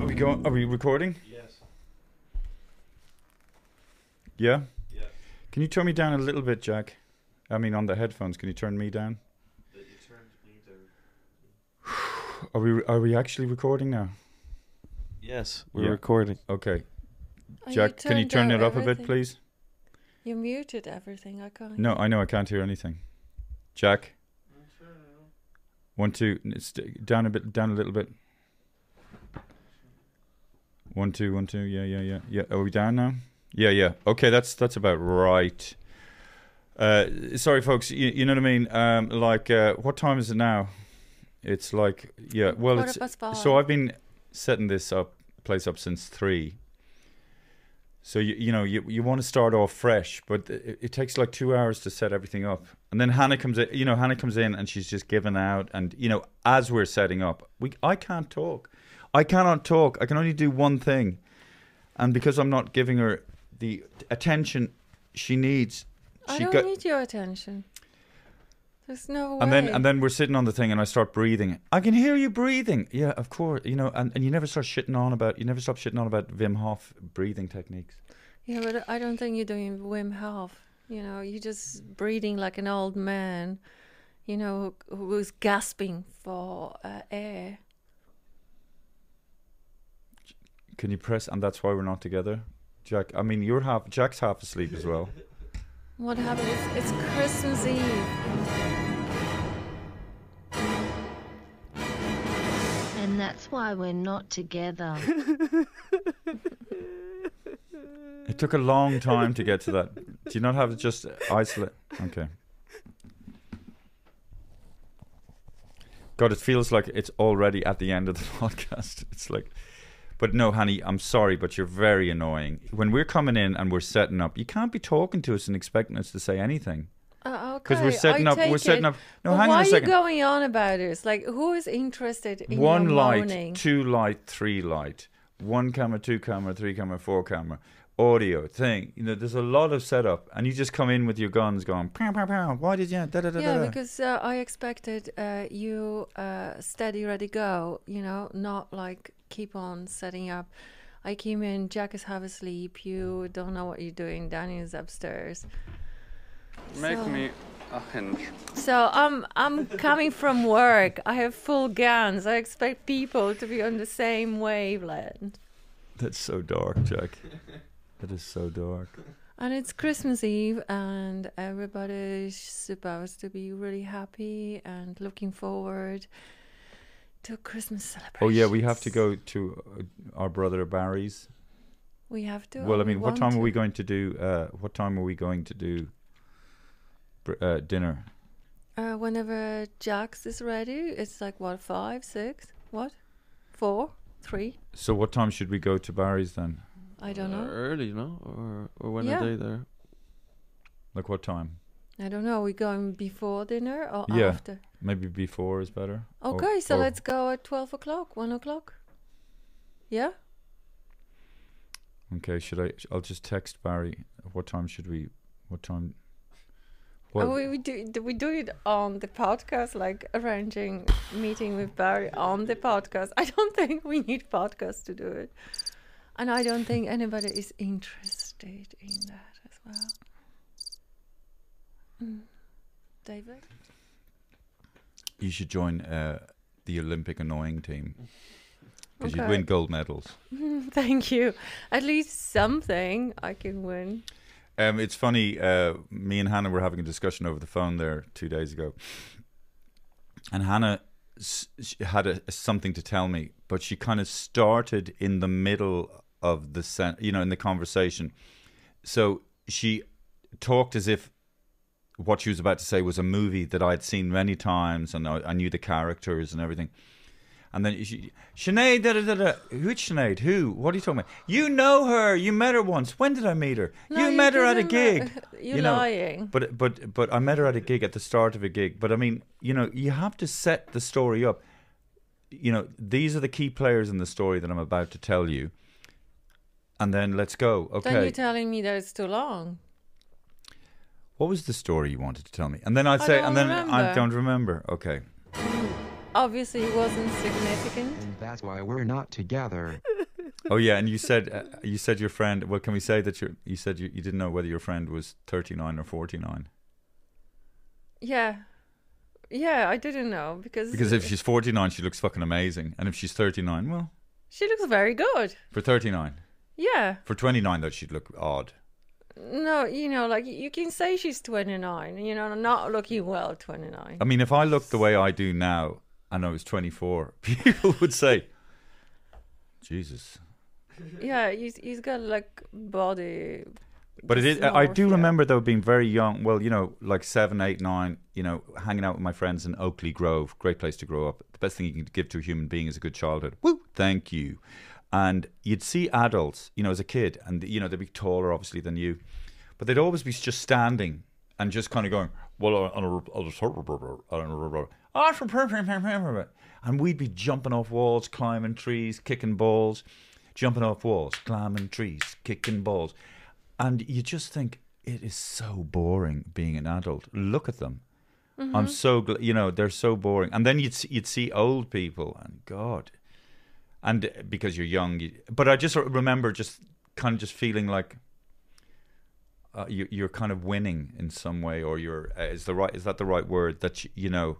Are we going? Are we recording? Yes. Yeah. Yeah. Can you turn me down a little bit, Jack? I mean, on the headphones, can you turn me down? Are we are we actually recording now? Yes, we're Yeah. recording. Okay. Oh, Jack, can you turned turn down it up a bit, everything. please? You muted everything. I can't. No, I know I can't hear anything. Jack. One, two, n- st- down a bit, down a little bit. One, two, one, two. Yeah, yeah, yeah, yeah. Are we down now? Yeah, yeah. Okay, that's that's about right. Uh, sorry, folks. You, you know what I mean? Um, like, uh, what time is it now? It's like, yeah. Well, Quarter it's past five. so I've been setting this up, place up since three. So you you know you you want to start off fresh, but it, it takes like two hours to set everything up, and then Hannah comes in. You know Hannah comes in and she's just giving out, and you know as we're setting up, we I can't talk, I cannot talk. I can only do one thing, and because I'm not giving her the attention she needs, I she don't got. need your attention. There's no way. and then and then we're sitting on the thing and I start breathing. I can hear you breathing. Yeah, of course. You know, and, and you never start shitting on about you never stop shitting on about Wim Hof breathing techniques. Yeah, but I don't think you're doing Wim Hof. You know, you're just breathing like an old man. You know, who- who's gasping for uh, air. Can you press? And that's why we're not together, Jack. I mean, you're half. Jack's half asleep as well. What happened? It's, it's Christmas Eve. And that's why we're not together. It took a long time to get to that. Do you not have it just isolate? Okay. God, it feels like it's already at the end of the podcast. It's like, but no, honey, I'm sorry, but you're very annoying. When we're coming in and we're setting up, you can't be talking to us and expecting us to say anything. Uh, okay. 'Cause we're setting I up- we're take setting it. up- No, But hang on why a second. are you going on about this? Like, who is interested in one your light, moaning? two light, three light, one camera, two camera, three camera, four camera, audio thing. You know, there's a lot of setup, and you just come in with your guns going, pow, pow, pow. Why did you? Da, da, da, da, Yeah, da." because uh, I expected uh, you uh, steady, ready, go. You know, not like keep on setting up. I came in. Jack is half asleep. You don't know what you're doing. Danny is upstairs. Make So- me a hinge. So I'm I'm coming from work. I have full guns. I expect people to be on the same wavelength. that's so dark, Jack. that is so dark. And it's Christmas Eve, and everybody's supposed to be really happy and looking forward to Christmas celebration. Oh yeah, we have to go to uh, our brother Barry's. We have to. well, or I mean, what want time to. are we going to do? Uh, what time are we going to do br- uh, dinner? Uh, whenever Jax is ready, it's like what five, six, what, four, three. So what time should we go to Barry's then? I don't know. Early, no? Or or when Yeah. are they there? Like what time? I don't know. we going before dinner or yeah, after? maybe before is better. Or- Okay, so or- let's go at twelve o'clock, one o'clock. Yeah. Okay, should I? I'll just text Barry. What time should we? What time? Oh, we, we do do we do it on the podcast, like arranging meeting with Barry on the podcast. I don't think we need podcast to do it, and I don't think anybody is interested in that as well. Mm. David, You should join uh, the Olympic annoying team because you'd Okay. win gold medals. thank you. At least something I can win. Um, it's funny. Uh, me and Hannah were having a discussion over the phone there two days ago, and Hannah s- she had a, something to tell me, but she kind of started in the middle of the sen- you know in the conversation, so she talked as if what she was about to say was a movie that I'd seen many times, and I, I knew the characters and everything. And then she, Sinead, da, da, da, da. Who's Sinead? Who? What are you talking about? You know her. You met her once. When did I meet her? No, you you met her at a didn't gig. know- You're lying. But but but I met her at a gig at the start of a gig. But I mean, you know, you have to set the story up. You know, these are the key players in the story that I'm about to tell you. And then let's go. Okay. Then you're telling me that it's too long. What was the story you wanted to tell me? And then I'd I say, don't and then I remember. don't remember. Okay. Obviously, it wasn't significant. And that's why we're not together. Oh yeah, and you said uh, you said your friend. Well, can we say that you you said you, you didn't know whether your friend was thirty nine or forty nine? Yeah, yeah, I didn't know because Because if she's forty nine, she looks fucking amazing, and if she's thirty nine, well, she looks very good. for thirty nine, Yeah. for twenty nine though, she'd look odd. No, you know, like you can say she's 29, you know, not looking well 29. I mean, if I looked the way I do now, and I was twenty four, people would say, "Jesus." Yeah, he's, he's got like body. But it is. I I dysmorphia. do remember though being very young. Well, you know, like seven, eight, nine. You know, hanging out with my friends in Oakley Grove. Great place to grow up. The best thing you can give to a human being is a good childhood. Woo! Thank you. And you'd see adults, you know, as a kid, and you know they'd be taller, obviously, than you, but they'd always be just standing and just kind of going, "Well, I- I'll I'll just I should prove it, prove it, prove it." and we'd be jumping off walls, climbing trees, kicking balls, jumping off walls, climbing trees, kicking balls. And you just think it is so boring being an adult. Look at them. Mm-hmm. I'm so glad, you know, they're so boring. And then you'd see, you'd see old people, and God, and uh, because you're young. You, but I just sort of remember just kind of just feeling like uh, you, you're kind of winning in some way, or you're uh, is the right is that the right word that you, you know.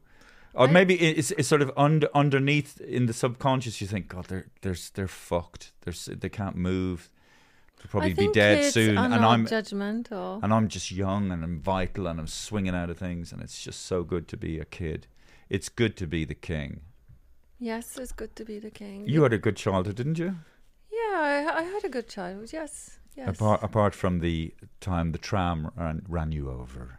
Or I- maybe it- it's, it's sort of under, underneath in the subconscious. You think, God, they're they're they're fucked. They're s- they can't move. They'll probably I think be dead kids soon. Are and not I'm judgmental. and I'm just young and I'm vital and I'm swinging out of things and it's just so good to be a kid. It's good to be the king. Yes, it's good to be the king. You had a good childhood, didn't you? yeah, I, I had a good childhood. Yes, yes. Apart apart from the time the tram ran, ran you over.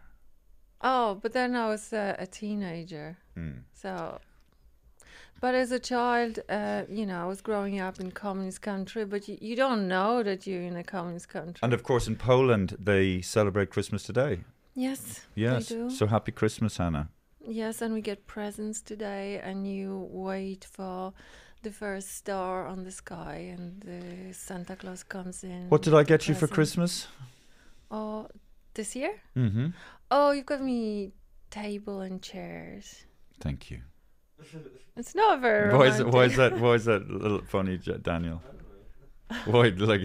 Oh, but then I was uh, a teenager. Hmm. So, but as a child, uh, you know, I was growing up in communist country, but you, you don't know that you're in a communist country. And of course, in Poland they celebrate Christmas today. yes. they Yes. do. So happy Christmas, Hannah. Yes, and we get presents today, and you wait for the first star on the sky, and the Santa Claus comes in. What did with I the get you for present. Christmas? Oh, this year? Mm-hmm. Oh, you got me table and chairs. Thank you. It's not very Why is, romantic. it, why is that? Why is that little funny, Ja- Daniel? Why like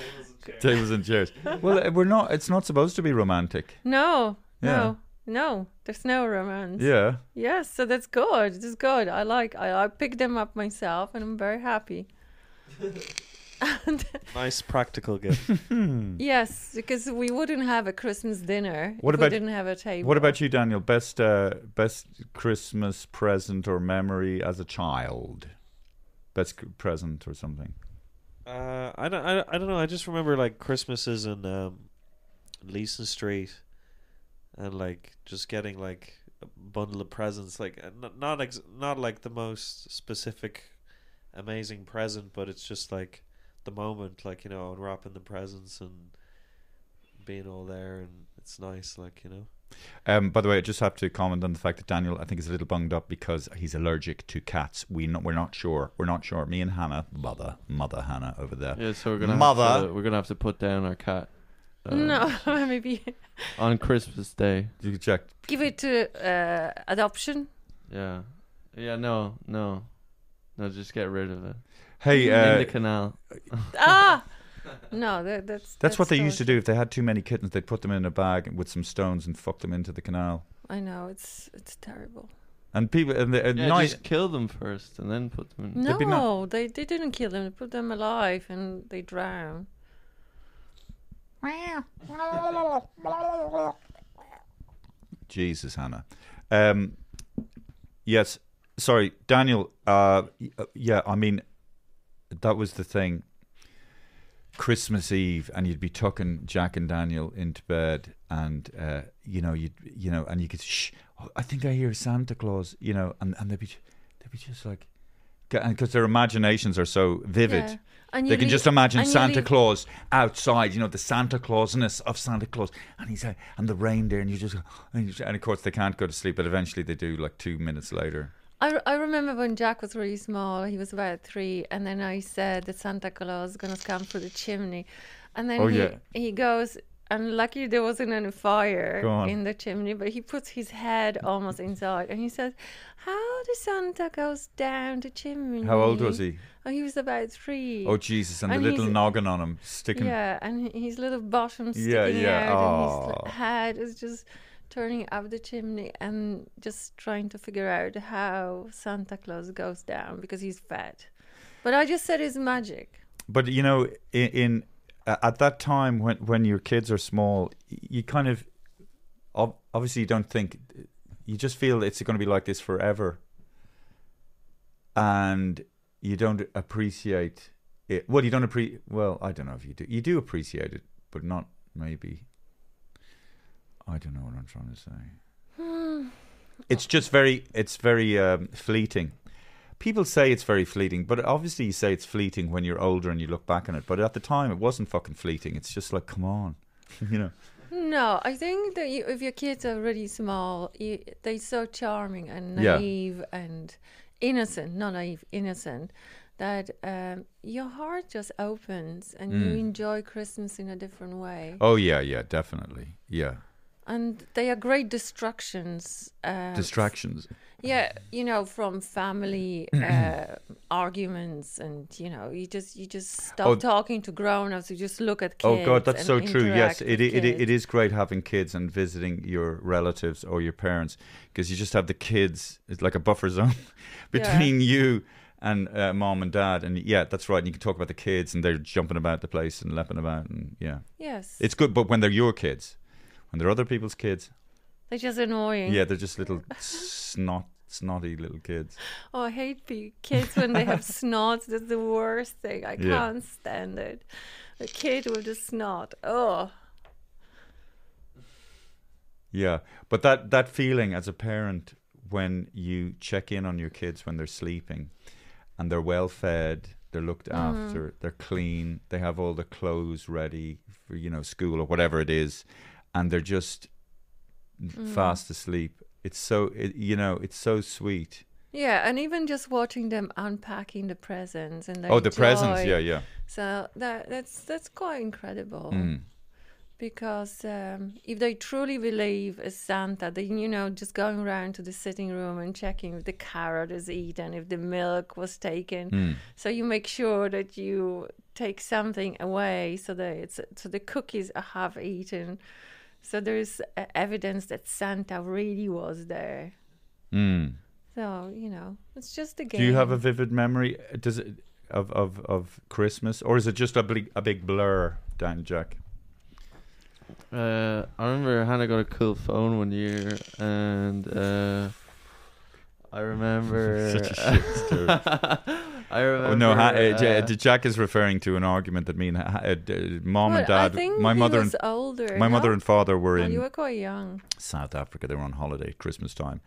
tables and chairs? Well, uh, we're not. It's not supposed to be romantic. No, Yeah. no, no. There's no romance. Yeah. Yes, so that's good. That's good. I like. I, I picked them up myself, and I'm very happy. And- Nice practical gift. yes, because we wouldn't have a Christmas dinner Hmm. What if about- we didn't have a table. What about you, Daniel? Best uh, best Christmas present or memory as a child? Best c- present or something? uh, I don't. I, don't- I don't know. I just remember like Christmases in um, Leeson Street, and like just getting like bundle of presents, like uh, n- not ex- not like the most specific, amazing present, but it's just like the moment, like you know, unwrapping the presents and being all there, and it's nice, like you know. Um, by the way, I just have to comment on the fact that Daniel, I think, is a little bunged up because he's allergic to cats. We not, we're not sure. We're not sure. Me and Hannah, mother, mother Hannah over there. Yeah, so we're gonna mother. have to, we're gonna have to put down our cat. uh, no, maybe On Christmas Day. You can check. give it to uh, adoption. Yeah. Yeah. No. No. No. Just get rid of it. Hey, uh, in the canal. ah, no, that, that's That's what they not- used to do. If they had too many kittens, they'd put them in a bag with some stones and fuck them into the canal. I know it's it's terrible. And people and, the, and Yeah, nice. just kill them first and then put Hmm, them in. No, they they didn't kill them. They put them alive and they drown. Jesus, Hannah. Um, yes. Sorry, Daniel. Uh, y- uh, yeah, I mean, that was the thing. Christmas Eve, and you'd be tucking Jack and Daniel into bed, and uh, you know, you would you know, and you could shh. oh, I think I hear Santa Claus. You know, and and they'd be they'd be just like, because their imaginations are so vivid. Yeah. And you They can leave- just imagine and you Santa leave- Claus outside, you know, the Santa Clausness of Santa Claus, and he's out, and the reindeer, and you just, and, you, and of course they can't go to sleep, but eventually they do, like two minutes later. I, I remember when Jack was really small, he was about three, and then I said that Santa Claus is gonna come through the chimney, and then Oh, he yeah. he goes. And lucky there wasn't any fire Go on. in the chimney, but he puts his head almost inside, and he says, "How does Santa goes down the chimney?" How old was he? Oh, he was about three. Oh Jesus! And, the he's- little noggin on him sticking. Yeah, and h- his little bottom sticking Yeah, yeah, out, and aw. his head is just turning up the chimney and just trying to figure out how Santa Claus goes down because he's fat. But I just said it's magic. But you know, in, in uh, at that time when when your kids are small, y- you kind of ob- obviously you don't think you just feel it's going to be like this forever, and you don't appreciate it. Well, you don't appreciate. Well, I don't know if you do. You do appreciate it, but not maybe. I don't know what I'm trying to say. It's just very, it's very um, fleeting. People say it's very fleeting, but obviously you say it's fleeting when you're older and you look back on it. But at the time, it wasn't fucking fleeting. It's just like, come on, you know. No, I think that you, if your kids are really small, you, they're so charming and Yeah. naive and innocent, not naive, innocent, that um, your heart just opens and you Mm. enjoy Christmas in a different way. Oh yeah, yeah, definitely, yeah. and they are great distractions. Uh, Distractions. Yeah, you know, from family uh, arguments, and you know, you just you just stop Oh. talking to grown-ups. You just look at kids. Oh God, that's and so true. Yes, interact it, with it, it kids. is great having kids and visiting your relatives or your parents because you just have the kids. It's like a buffer zone between you and uh, mom and dad. And yeah, that's right. And you can talk about the kids and they're jumping about the place and leaping about and yeah. Yes. it's good. But when they're your kids, when they're other people's kids, They're just annoying. yeah, they're just little snot snotty little kids. Oh, I hate the kids when they have snots. That's the worst thing. I Yeah. can't stand it. A kid with a snot. Oh, Yeah, but that that feeling as a parent when you check in on your kids when they're sleeping, and they're well fed, they're looked Mm. after, they're clean, they have all the clothes ready for you know school or whatever it is, and they're just Mm. fast asleep. It's so it, you know it's so sweet. yeah. And even just watching them unpacking the presents and their Oh, the presents, joy. yeah, yeah. So that that's that's quite incredible. Mm. because um, if they truly believe is Santa, then you know, just going around to the sitting room and checking if the carrot is eaten, if the milk was taken, Hmm. Mm. so you make sure that you take something away so that it's so the cookies are half eaten. So there's uh, evidence that Santa really was there. Mm. So you know, it's just a game. Do you have a vivid memory? uh, Does it of of of Christmas, or is it just a big a big blur, Dan Jack? Uh, I remember Hannah got a cool phone one year, and uh, I remember Such a shit story. I Oh, remember. no, ha- uh, J- uh, uh, Jack is referring to an argument that me and ha- uh, d- mom and Well, I dad, think my he mother was and older, my no? mother and father were Oh, in Oh you were quite young. South Africa. They were on holiday at Christmas time,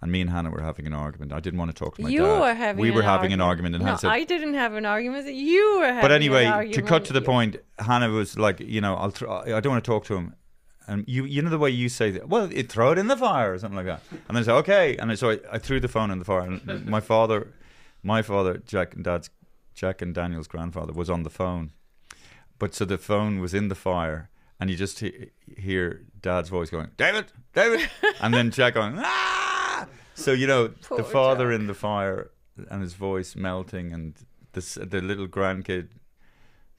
and me and Hannah were having an argument. I didn't want to talk to my you dad. were having. we an were having an argument, argument. and no, Hannah said, I didn't have an argument. You were having. but an anyway, to argument. cut to the point, Hannah was like, you know, I'll throw, I don't want to talk to him. And you, you know the way you say that. Well, it throw it in the fire or something like that. And then I said, okay. And so I, I threw the phone in the fire. And my father, my father, Jack and Dad's, Jack and Daniel's grandfather was on the phone. But so the phone was in the fire, and you just he- hear Dad's voice going, David, David, and then Jack going, ah. So you know Poor the father in the fire and his voice melting, and this the little grandkid,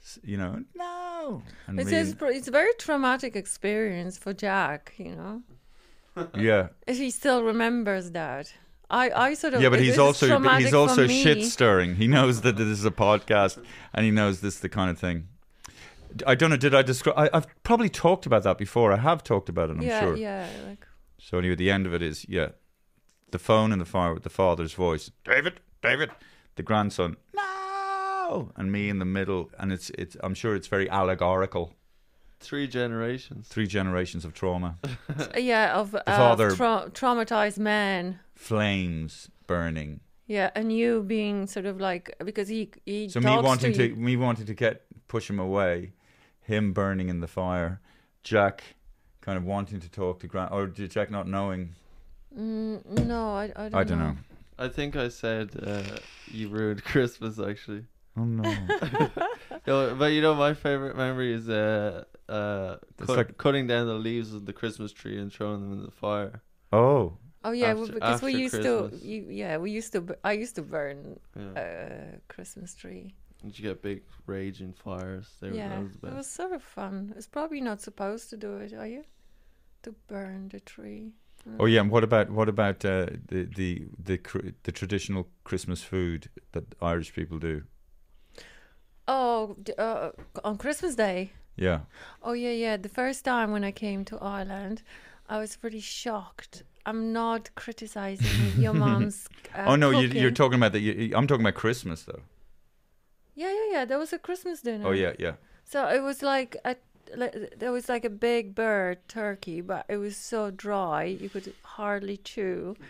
s- you know, no. And It's, me- it's, pr- it's a very traumatic experience for Jack. You know, yeah, if he still remembers that. I, I sort of yeah, but it- he's it's also but traumatic he's for also me. shit stirring. He knows that this is a podcast, and he knows this is the kind of thing. D- I don't know. Did I describe? I've probably talked about that before. I have talked about it. I'm yeah, sure. yeah. Like, So anyway, the end of it is yeah, the phone in the fire with the father's voice, David, David, the grandson, no, and me in the middle, and it's it's. I'm sure it's very allegorical. Three generations. Three generations of trauma, yeah, of, of father- trau- traumatized man. flames burning. Yeah, and you being sort of like because he he So talks me wanting to, to, you. me wanting to get push him away, him burning in the fire, Jack kind of wanting to talk to grand, or Jack not knowing. Mm, no, I, I don't. I don't know. I think I said uh, you ruined Christmas actually. Oh no. No, but you know my favorite memory is uh, uh, cut, like- cutting down the leaves of the Christmas tree and throwing them in the fire. Oh. Oh yeah, well, After- because we after used Christmas. to. You, yeah, we used to. b- I used to burn Yeah. uh, Christmas tree. Did you get big raging fires? They were, yeah, that was the it best. was sort of fun. It's probably not supposed to do it, are you? To burn the tree. Oh yeah, and what about what about uh, the the the cr- the traditional Christmas food that Irish people do? Oh, d- uh, on Christmas Day. Yeah, Oh yeah, yeah. The first time when I came to Ireland, I was pretty shocked. I'm not criticizing your mom's. Uh, oh no, you, you're cooking. talking about the. You, you- I'm talking about Christmas though. Yeah, yeah, yeah. There was a Christmas dinner. Oh yeah, yeah. So it was like a li- there was like a big bird turkey, but it was so dry you could hardly chew.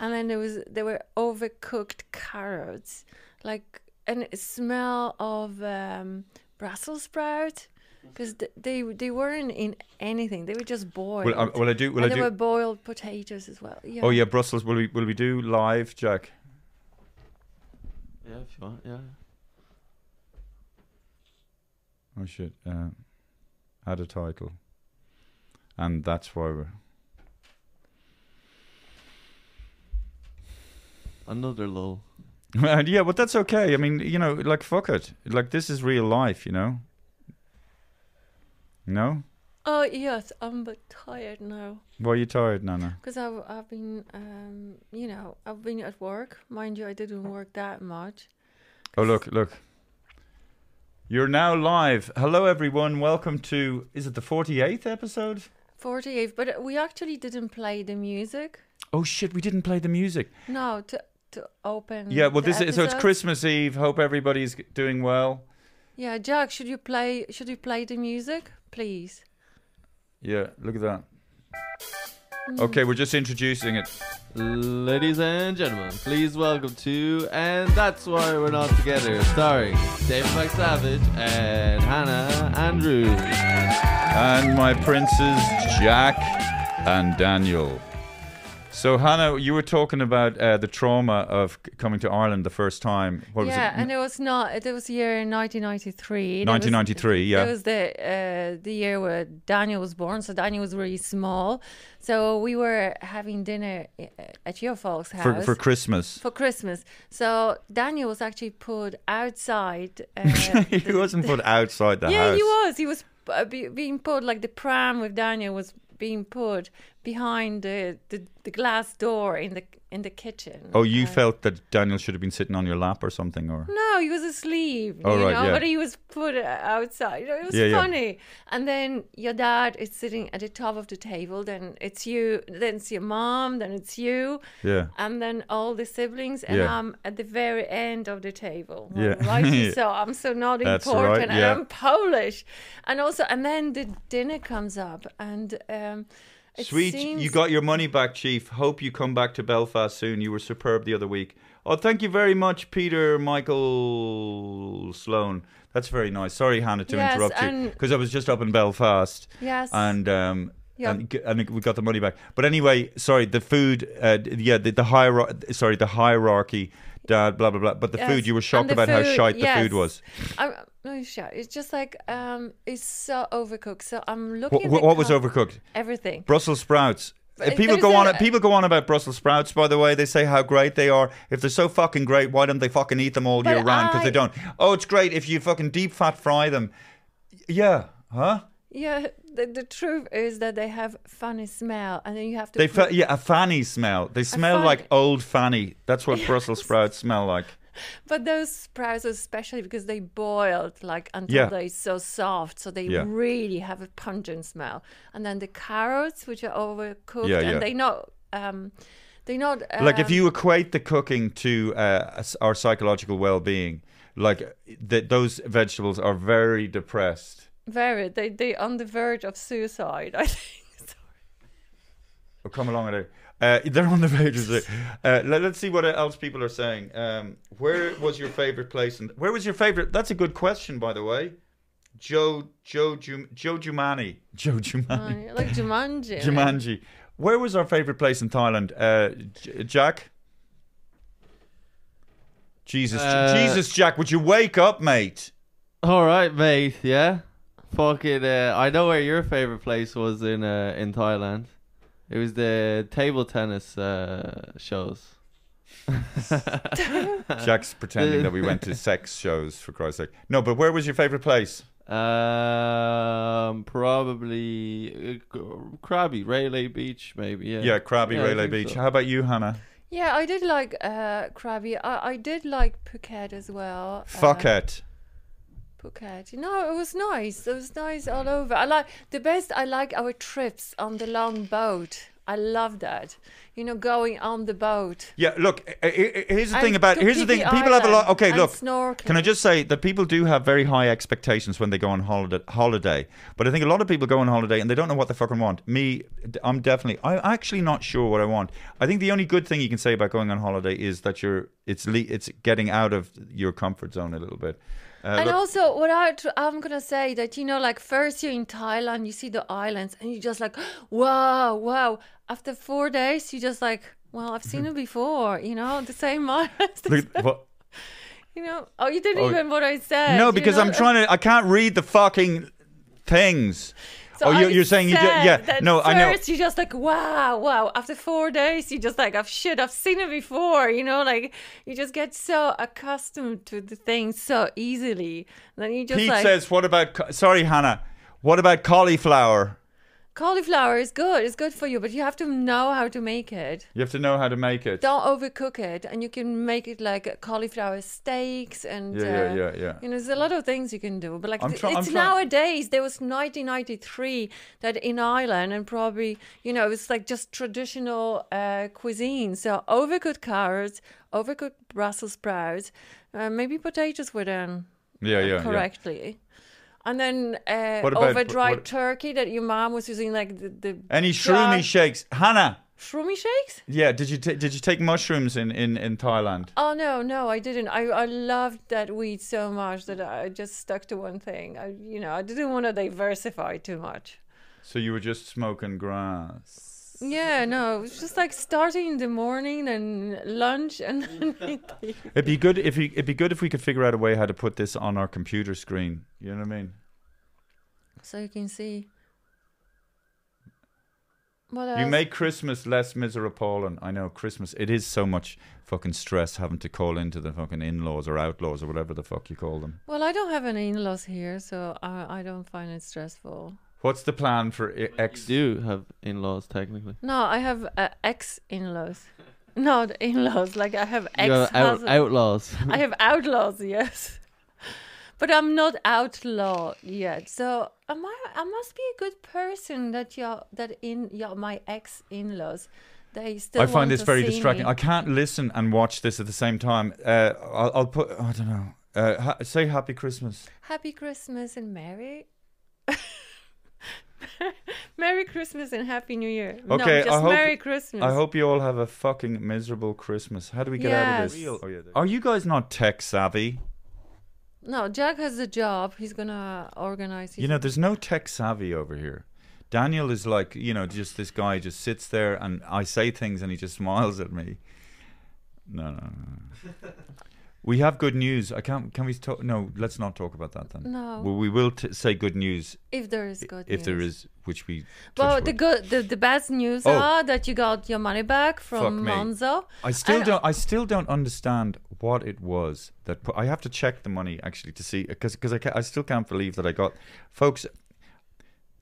And then there was there were overcooked carrots, like and it smell of um, Brussels sprout, because they they weren't in anything. They were just boiled. Well, I, well, I do. Well, and I there do. were boiled potatoes as well. Yeah. Oh yeah, Brussels. Will we will we do live, Jack? Yeah, if you want, yeah. I should uh, add a title, and that's why we're. Another lull. And yeah, but that's okay. I mean, you know, like fuck it. Like this is real life, you know. No, Oh yes, I'm but tired now. why are you tired, Nana? Because I've, I've been, um, you know, I've been at work. Mind you, I didn't work that much. Oh, look, look. You're now live. Hello, everyone. Welcome to, is it the 48th episode? 48, but we actually didn't play the music. Oh, shit, we didn't play the music. No, to, to open. Mm, Yeah, well, the this is, so it's episode. Christmas Eve. Hope everybody's g- doing well. Yeah, Jack, should you play? Should you play the music, please? Yeah, look at that. Mm. Okay, we're just introducing it. Ladies and gentlemen, please welcome to And That's Why We're Not Together, starring David McSavage and Hannah Andrews. And my princes, Jack and Daniel. So, Hannah, you were talking about uh, the trauma of c- coming to Ireland the first time. What yeah, was it? and it was not. It was year 1993. That was- 1993, yeah. That was the uh, the year where Daniel was born. So Daniel was really small. So we were having dinner uh, at your folks' house for, for Christmas. for Christmas. So Daniel was actually put outside. Uh, he wasn't put outside the yeah, house. he was. He was uh, be, being put like the pram with Daniel was being put behind the, the, the glass door in the in the kitchen. Oh, you Uh, felt that Daniel should have been sitting on your lap or something, or No, he was asleep. Oh, you right, know, yeah. but he was put outside. You know, it was Yeah, yeah. funny. And then your dad is sitting at the top of the table. Then it's you. Then it's your mom. Then it's you. Yeah. And then all the siblings, and Yeah. I'm at the very end of the table. Yeah. Right. Yeah. So I'm so not That's right, important, and yeah. I'm Polish, and also, and then the dinner comes up, and um, it sweet, seems you got your money back, Chief. Hope you come back to Belfast soon. You were superb the other week. Oh, thank you very much, Peter Michael Sloan. That's very nice. Sorry, Hannah, to Yes, interrupt you and- because I was just up in Belfast. Yes. and um, Yeah. and, g- and we got the money back. But anyway, sorry, the food. Uh, d- yeah, the, the hierarchy. Sorry, the hierarchy. Dad, blah blah blah. But the Yes. food, you were And shocked the about how food, shite the yes. food was. I'm no sure. It's just like um, it's so overcooked. So I'm looking. What, at what, the what was cup- overcooked? Everything. Brussels sprouts. But If people there's go on, a- people go on about Brussels sprouts. By the way, they say how great they are. If they're so fucking great, why don't they fucking eat them all But year round? Because I- they don't. Oh, it's great if you fucking deep fat fry them. Yeah, huh? Yeah, the, the truth is that they have funny smell, and then you have to. They put- fa- yeah a fanny smell. They smell fan- like old fanny. That's what Brussels sprouts smell like. But those sprouts, especially because they boiled like until Yeah. they're so soft, so they Yeah. really have a pungent smell. And then the carrots, which are overcooked, Yeah, yeah. and they not, um, they not. Um, like if you equate the cooking to uh, us- our psychological well-being, like th- those vegetables are very depressed. very, they they on the verge of suicide. I think. Oh, come along with it. Uh, they're on the pages. Uh, let, us see what else people are saying. Um, where was your favorite place? And where was your favorite? That's a good question, by the way. Joe Joe Jum, Joe Jumani Joe Jumani like Jumanji. Jumanji. Where was our favorite place in Thailand? Uh, J- Jack. Jesus, J- Uh, Jesus, Jack! Would you wake up, mate? All right, mate. Yeah, fucking. Uh, I know where your favorite place was in uh, in Thailand. It was the table tennis uh, shows. Jack's pretending that we went to sex shows for Christ's sake. No, but where was your favorite place? Um, probably uh, Krabby Rayleigh Beach, maybe. Yeah, Yeah, Krabi Uh, Yeah, I Rayleigh think Beach. so. How about you, Hannah? Yeah, I did like uh, Krabi. I, I did like Phuket as well. Fuck Um, it. Phuket. You know, it was nice. It was nice all over. I like the best. I like our trips on the long boat. I love that. You know, going on the boat. Yeah, look, i- i- here's the thing And about here's the thing. Tupi People have a lot. Island Okay, and look. snorkeling. Can I just say that people do have very high expectations when they go on holiday, holiday. But I think a lot of people go on holiday and they don't know what they fucking want. Me, d- I'm definitely. I'm actually not sure what I want. I think the only good thing you can say about going on holiday is that you're. It's le- it's getting out of your comfort zone a little bit. Uh, and look- also, what I tr- I'm gonna say that you know, like first you're in Thailand, you see the islands, and you're just like, wow, wow. After four days, you just like, well, I've seen it before. You know, the same islands. the Mm-hmm. look, same- what- you know, oh, you didn't Oh. even what I said. No, you because know? I'm trying to. I can't read the fucking things. So oh, you, I you're saying you? ju- said yeah. that No, I know. First, you just like wow, wow. After four days, you just like I've shit, I've seen it before. You know, like you just get so accustomed to the things so easily. Then you just Pete like says, "What about? ca- Sorry, Hannah. What about cauliflower? cauliflower is good, it's good for you, but you have to know how to make it. You have to know how to make it." Don't overcook it, and you can make it like cauliflower steaks and Yeah, yeah, uh, yeah, yeah. You know, there's a lot of things you can do, but like I'm th- try- I'm it's try- nowadays. There was 1993 that in Ireland and probably you know it's like just traditional uh, cuisine. So overcooked carrots, overcooked Brussels sprouts, uh, maybe potatoes were done Yeah, yeah, yeah. correctly. And then uh, What about- over dried what- turkey that your mom was using, like the, the Any shroomy jar- shakes, Hannah? shroomy shakes? Yeah. Did you ta- did you take mushrooms in in in Thailand? Oh no, no, I didn't. I I loved that weed so much that I just stuck to one thing. I you know I didn't want to diversify too much. So you were just smoking grass. Yeah, no, it was just like starting in the morning and lunch and then It'd be good if you, it'd be good if we could figure out a way how to put this on our computer screen. You know what I mean? so you can see. What else? You make Christmas less miserable, and I know Christmas. It is so much fucking stress having to call into the fucking in-laws or outlaws or whatever the fuck you call them. well, I don't have any in-laws here, so I I don't find it stressful. What's the plan for i- ex? You do have in-laws technically. No, I have uh, ex in-laws. No, the in-laws. Like I have uh, ex. You have out, outlaws. I have outlaws. Yes, but I'm not outlaw yet. So am I? I must be a good person that you're that in you're my ex in-laws. They still. I find want this to very see distracting. me. I can't listen and watch this at the same time. Uh, I'll, I'll put. I don't know. Uh, ha- say Happy Christmas. Happy Christmas and Merry. Merry Christmas and Happy New Year. Okay, no, just I hope. Merry Christmas. I hope you all have a fucking miserable Christmas. How do we get out of this? Yes. Real- Oh, yeah, there- Are you guys not tech savvy? No, Jack has a job. He's gonna organize. His You know, there's no tech savvy over here. Daniel is like, you know, just this guy just sits there and I say things and he just smiles at me. No, no, no. no. we have good news. I can't. Can we talk? No, let's not talk about that then. No. Well, we will t- say good news If there is good if there news. is, which we. Well, touch the wood. good, the, the best news Oh. are that you got your money back from Fuck me. Monzo. I still And- uh, don't. I still don't understand what it was that put, I have to check the money actually to see because because I, ca- I still can't believe that I got, folks.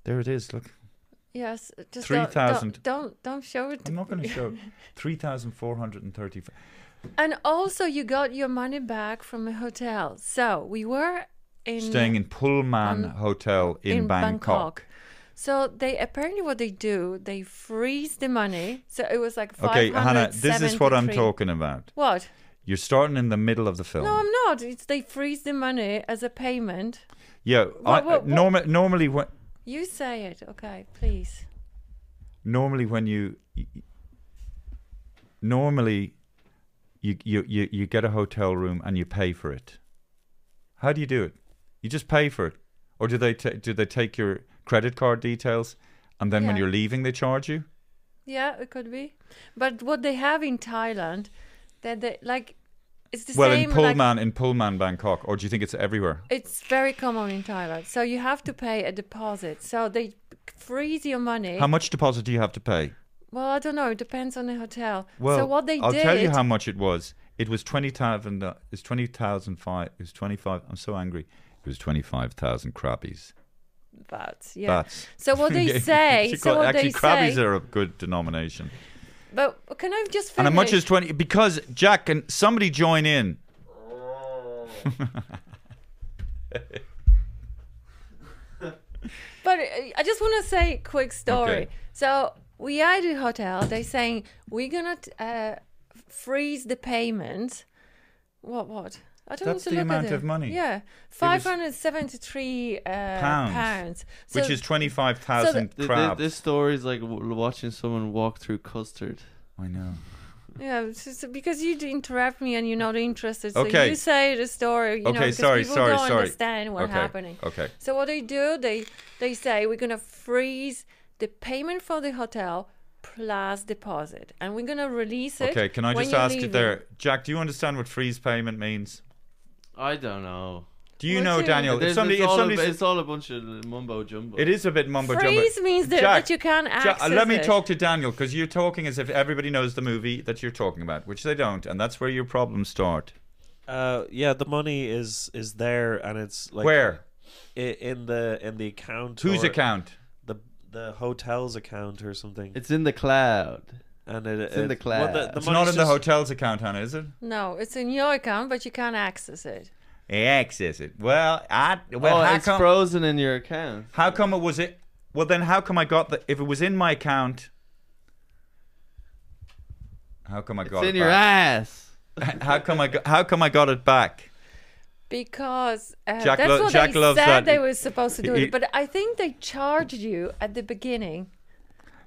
There it is. Look, Yes, just Three don't- don't- thousand. Don't don't show it. I'm not going to show three thousand four hundred and thirty. And also, you got your money back from a hotel. So we were in Staying in Pullman um, Hotel in, Bangkok. So they apparently what they do, they freeze the money. So it was like Okay, Hannah, this is what I'm 573. talking about. What? You're starting in the middle of the film. No, I'm not. It's they freeze the money as a payment. yeah, I, what- what- norma- normally when You say it, okay? Please. normally when you normally you, you you you get a hotel room and you pay for it how do you do it you just pay for it or do they ta do they take your credit card details and then when Yeah. you're leaving they charge you Yeah, it could be. But what they have in Thailand, that they like, it's the well same. in like, pullman in pullman bangkok or do you think it's everywhere it's very common in Thailand. So you have to pay a deposit. So they freeze your money. how much deposit do you have to pay Well, I don't know. It depends on the hotel. well so what they i'll did. tell you how much it was it was 20000 uh, it's 20000 fi- it was 25 i'm so angry it was 25000 crappies But yeah. That's- So what they Yeah, say. she so call- what actually, they crabbies say. are a good denomination. But can I just finish? And how much is twenty? Because Jack and somebody join in. But uh, I just want to say a quick story. Okay. So we are at the hotel. They're saying we're gonna t- uh, freeze the payment. What? What? I don't That's need to the look amount at it. of money. It Yeah, was- five hundred seventy-three uh, Pounds. pounds. Which So- is 25,000 Th- th- crabs. This story is like w- watching someone walk through custard. I know. Yeah, it's just because you d- interrupt me and you're not interested, so Okay. you say the story. You know, Okay, because sorry, people sorry, don't sorry. understand what's Okay, happening. okay. So what they do, they they say we're gonna freeze the payment for the hotel plus deposit, and we're gonna release it. Okay, can I when just you're ask you leaving. there, Jack? Do you understand what freeze payment means? I don't know. Do you Me know, too. Daniel? There's- If somebody, it's, if all somebody, a, bit- it's all a bunch of mumbo jumbo. it is a bit mumbo jumbo. Freeze means that- that you can't Jack, uh, access let me it. talk to Daniel because you're talking as if everybody knows the movie that you're talking about, which they don't, and that's where your problems start. Uh, yeah, the money is is there, and it's like Where? I- in the in the account. Whose or account? The the hotel's account or something. It's in the cloud. and it, it's in the it- well, cloud. the It's not money's in the just- hotel's account, Hannah, is it? No, it's in your account, but you can't access it. Access it. Well, I well oh, how it's come frozen in your account. how come it was it? Well, then how come I got the if it was in my account? How come I It's got in it your back? ass. How come I got, how come I got it back? Because uh, Jack that's lo- what Jack they loves said that. they were supposed to do. He- it, but I think they charged you at the beginning.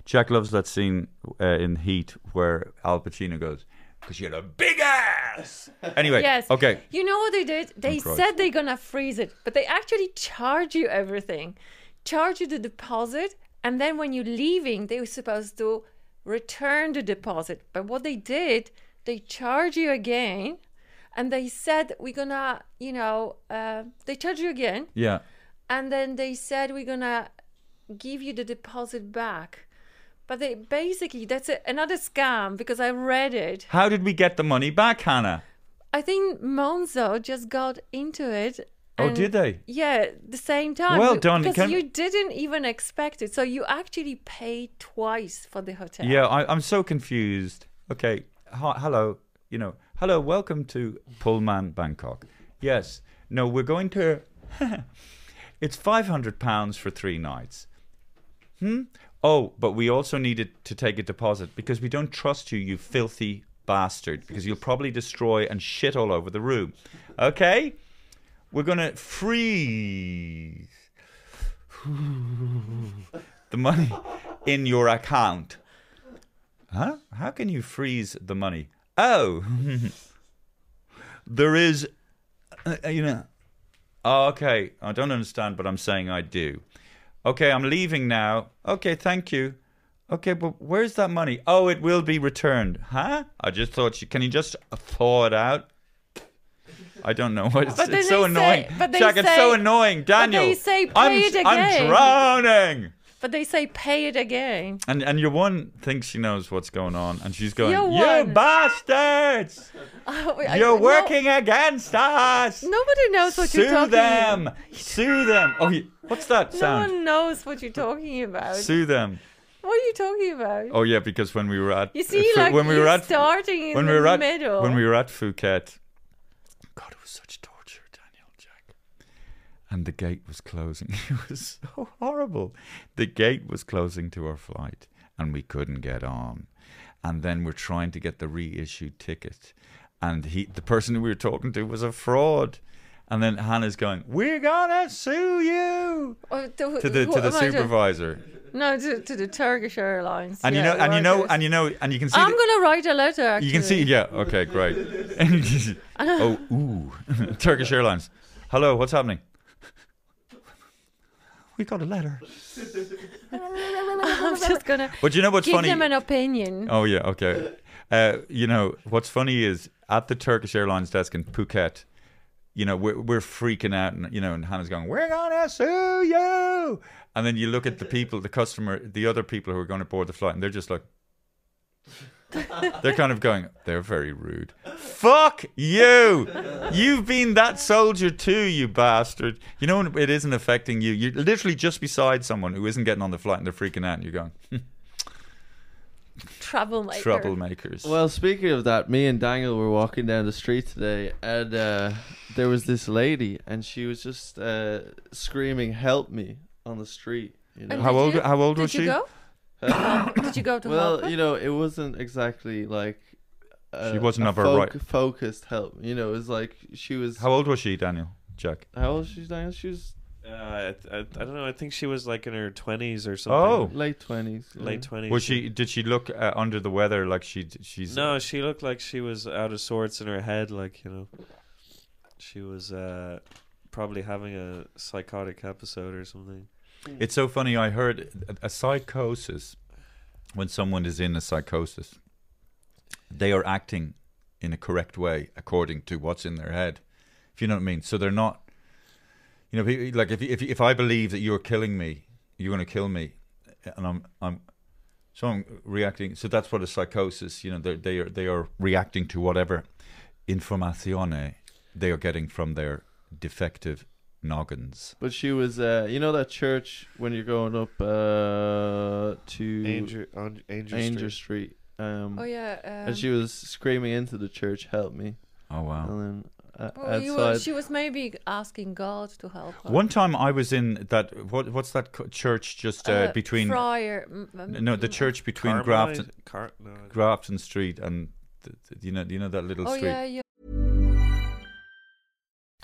Jack loves that scene uh, in Heat where Al Pacino goes because you're a big ass. Anyway, Yes. okay. You know what they did? They Christ. said they're gonna freeze it, but they actually charge you everything, charge you the deposit, and then when you're leaving, they were supposed to return the deposit. But what they did, they charge you again, and they said we're gonna, you know, uh, they charge you again, Yeah. and then they said we're gonna give you the deposit back. But they basically that's a, another scam because I read it. How did we get the money back, Hannah? I think Monzo just got into it Oh, And- did they? Yeah, the same time. Well We- done, Because can- you didn't even expect it, so you actually paid twice for the hotel. Yeah, I, I'm so confused. Okay, hi, hello. You know, hello, welcome to Pullman Bangkok. Yes, no, we're going to. it's five hundred pounds for three nights. Hmm. Oh, but we also needed to take a deposit because we don't trust you, you filthy bastard. Because you'll probably destroy and shit all over the room. Okay, we're gonna freeze the money in your account. Huh? How can you freeze the money? Oh, there is, uh, uh, you know. Oh, okay, I don't understand, but I'm saying I do. Okay, I'm leaving now. Okay, thank you. Okay, but where's that money? Oh, it will be returned. Huh? I just thought you. Can you just thaw it out? I don't know what it's, But then it's so they say- annoying. but they Jack, it's so say- annoying. but they Daniel, say I'm, pay it I'm again. drowning. But they say pay it again. And and your one thinks she knows what's going on, and she's going, Your "You one." bastards! Oh, I- You're no- working against us. Nobody knows what Sue you're talking them! Sue them! Oh, you- what's that No sound? one knows what you're talking about. Sue them! What are you talking about? Oh yeah, because when we were at You see, like, you're starting in when the we were at middle. when we were at Phuket, and the gate was closing. It was so horrible. The gate was closing to our flight, and we couldn't get on. And then we're trying to get the reissued ticket, and he, the person who we were talking to, was a fraud. And then Hannah's going, "We're gonna sue you." Oh, to the who to the am I talking- supervisor, No, to, to the Turkish Airlines. and yeah, you know, and you know, workers. and you know, and you can see. I'm the- gonna write a letter. Actually. you can see, yeah. Okay, great. oh, ooh, Turkish Airlines. Hello, what's happening? We got a letter. I'm just gonna. But you know what's give funny? them an opinion. Oh yeah, okay. Uh, you know what's funny is at the Turkish Airlines desk in Phuket. You know we're we're freaking out, and you know, and Hannah's going, "We're gonna sue you!" And then you look at the people, the customer, the other people who are going to board the flight, and they're just like, they're kind of going, "They're very rude." Fuck you! You've been that soldier too, you bastard. You know when it isn't affecting you. You're literally just beside someone who isn't getting on the flight, and they're freaking out, and you're going, "Hmm, Troublemaker. "Troublemakers." Well, speaking of that, me and Daniel were walking down the street today, and uh, there was this lady, and she was just uh, screaming, "Help me!" on the street. You know? And did you- did you Go? Uh, Huh? did you go to well, help her? you know, it wasn't exactly like uh, She wasn't a of her right- focused help. You know, it was like she was. How old was she, Daniel? Jack. How old is she, Daniel? She was Uh, I, I, I don't know. I think she was like in her twenties or something. Oh. late twenties. late twenties. Was she? Did she look uh, under the weather like she? She's No, she looked like she was out of sorts in her head. Like you know, she was uh, probably having a psychotic episode or something. It's so funny. I heard a, a psychosis. When someone is in a psychosis, they are acting in a correct way according to what's in their head. If you know what I mean. So they're not. You know, pe- like if if if I believe that you're killing me, you're going to kill me, and I'm I'm. So I'm reacting. So that's what a psychosis. You know, they're- they are they are reacting to whatever informazione they are getting from their defective noggins. But she was, uh, you know, that church when you're going up uh, to Angel- Ang- Angel Street. Um, Oh, yeah, um, and she was screaming into the church, "Help me!" Oh wow! And then uh, Well, you were, outside, she was maybe asking God to help her. One time I was in that what what's that co- church just uh, Uh, between Friar- m- m- no the church between Carmelite? Grafton Car- no, I- Grafton Street and th- th- you know you know that little Oh, street. yeah, yeah.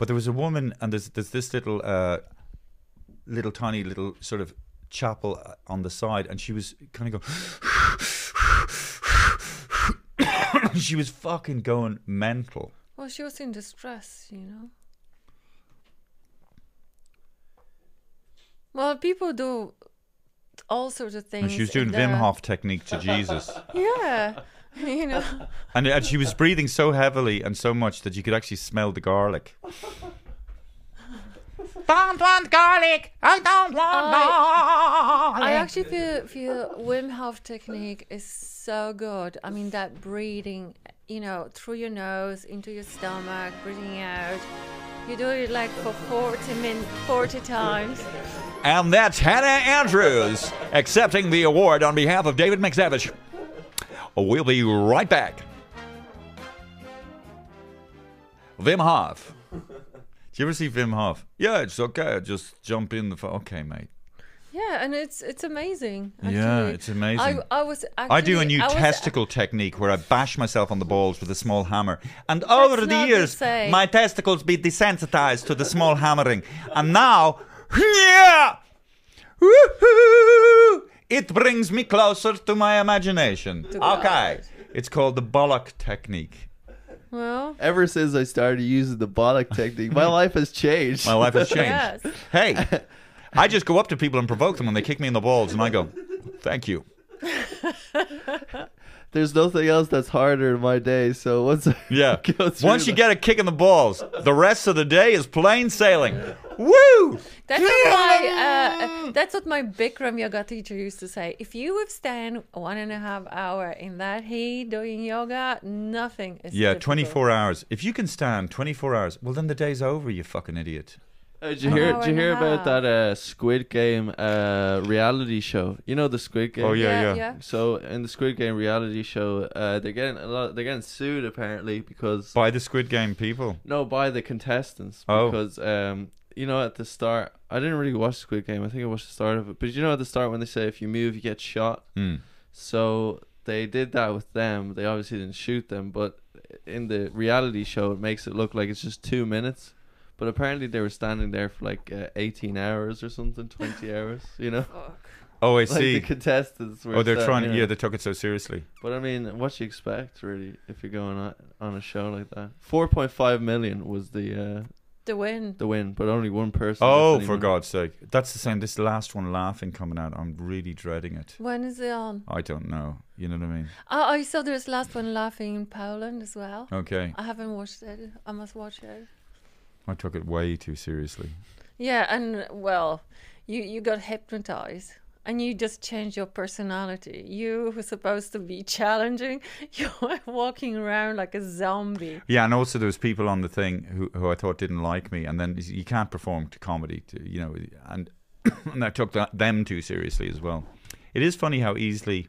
But there was a woman, and there's there's this little, uh, little tiny little sort of chapel uh, on the side, and she was kind of going. she was fucking going mental. Well, she was in distress, you know. Well, people do all sorts of things. And she was doing in their- Wim Hof technique to Jesus, Yeah, you know. and uh, and she was breathing so heavily and so much that you could actually smell the garlic. Don't want garlic. I don't want I, garlic. I actually feel feel Wim Hof technique is so good. I mean that breathing, you know, through your nose into your stomach, breathing out. You do it like for forty min, forty times. And that's Hannah Andrews accepting the award on behalf of David McSavage. We'll be right back. Wim Hof. Do you ever see Wim Hof? Yeah, it's okay. I just jump in the. Fo- okay, mate. Yeah, and it's it's amazing. Yeah, actually. it's amazing. I, I was. Actually, I do a new I was- uh, testicle technique where I bash myself on the balls with a small hammer. And over the not the years, same. my testicles be desensitized to the small hammering. And now, yeah, woohoo, it brings me closer to my imagination. To God. Okay. It's called the bollock technique. Well, Ever since I started using the bollock technique, my life has changed. My life has changed. Yes. Hey, I just go up to people and provoke them and they kick me in the balls and I go, thank you. There's nothing else that's harder in my day. So once I Yeah. go through Once you that- get a kick in the balls, the rest of the day is plain sailing. Woo! That's what my uh, that's what my Bikram yoga teacher used to say. If you withstand one and a half hour in that heat doing yoga, nothing is Yeah, difficult. 24 hours. If you can stand 24 hours, well, then the day's over, you fucking idiot. Uh, did you hear? Oh, Did you hear about that uh, Squid Game uh, reality show? You know the Squid Game. Oh, yeah, Yeah, yeah. yeah. So in the Squid Game reality show, uh, they're getting a lot. They're getting sued apparently because by the Squid Game people. No, by the contestants. Oh. Because um, you know at the start, I didn't really watch Squid Game. I think I watched the start of it. But you know at the start when they say if you move, you get shot. Mm. So they did that with them. They obviously didn't shoot them, but in the reality show, it makes it look like it's just two minutes. But apparently, they were standing there for like uh, 18 hours or something, 20 hours, you know? Oh, I Like, see. the contestants were. Oh, they're standing trying. there. Yeah, they took it so seriously. But I mean, what you expect, really, if you're going on, on a show like that? 4.5 million was the. Uh, The win. The win, but only one person. Oh, gets any for money. God's sake. That's the same. This last one, laughing, coming out. I'm really dreading it. When is it on? I don't know. You know what I mean? Oh, I saw there's last one laughing in Poland as well. Okay. I haven't watched it. I must watch it. I took it way too seriously. Yeah, and well, you you got hypnotized. And you just change your personality. You who supposed to be challenging, you're walking around like a zombie. Yeah, and also there was people on the thing who, who I thought didn't like me, and then you can't perform to comedy, to, you know, and and I took that, them too seriously as well. It is funny how easily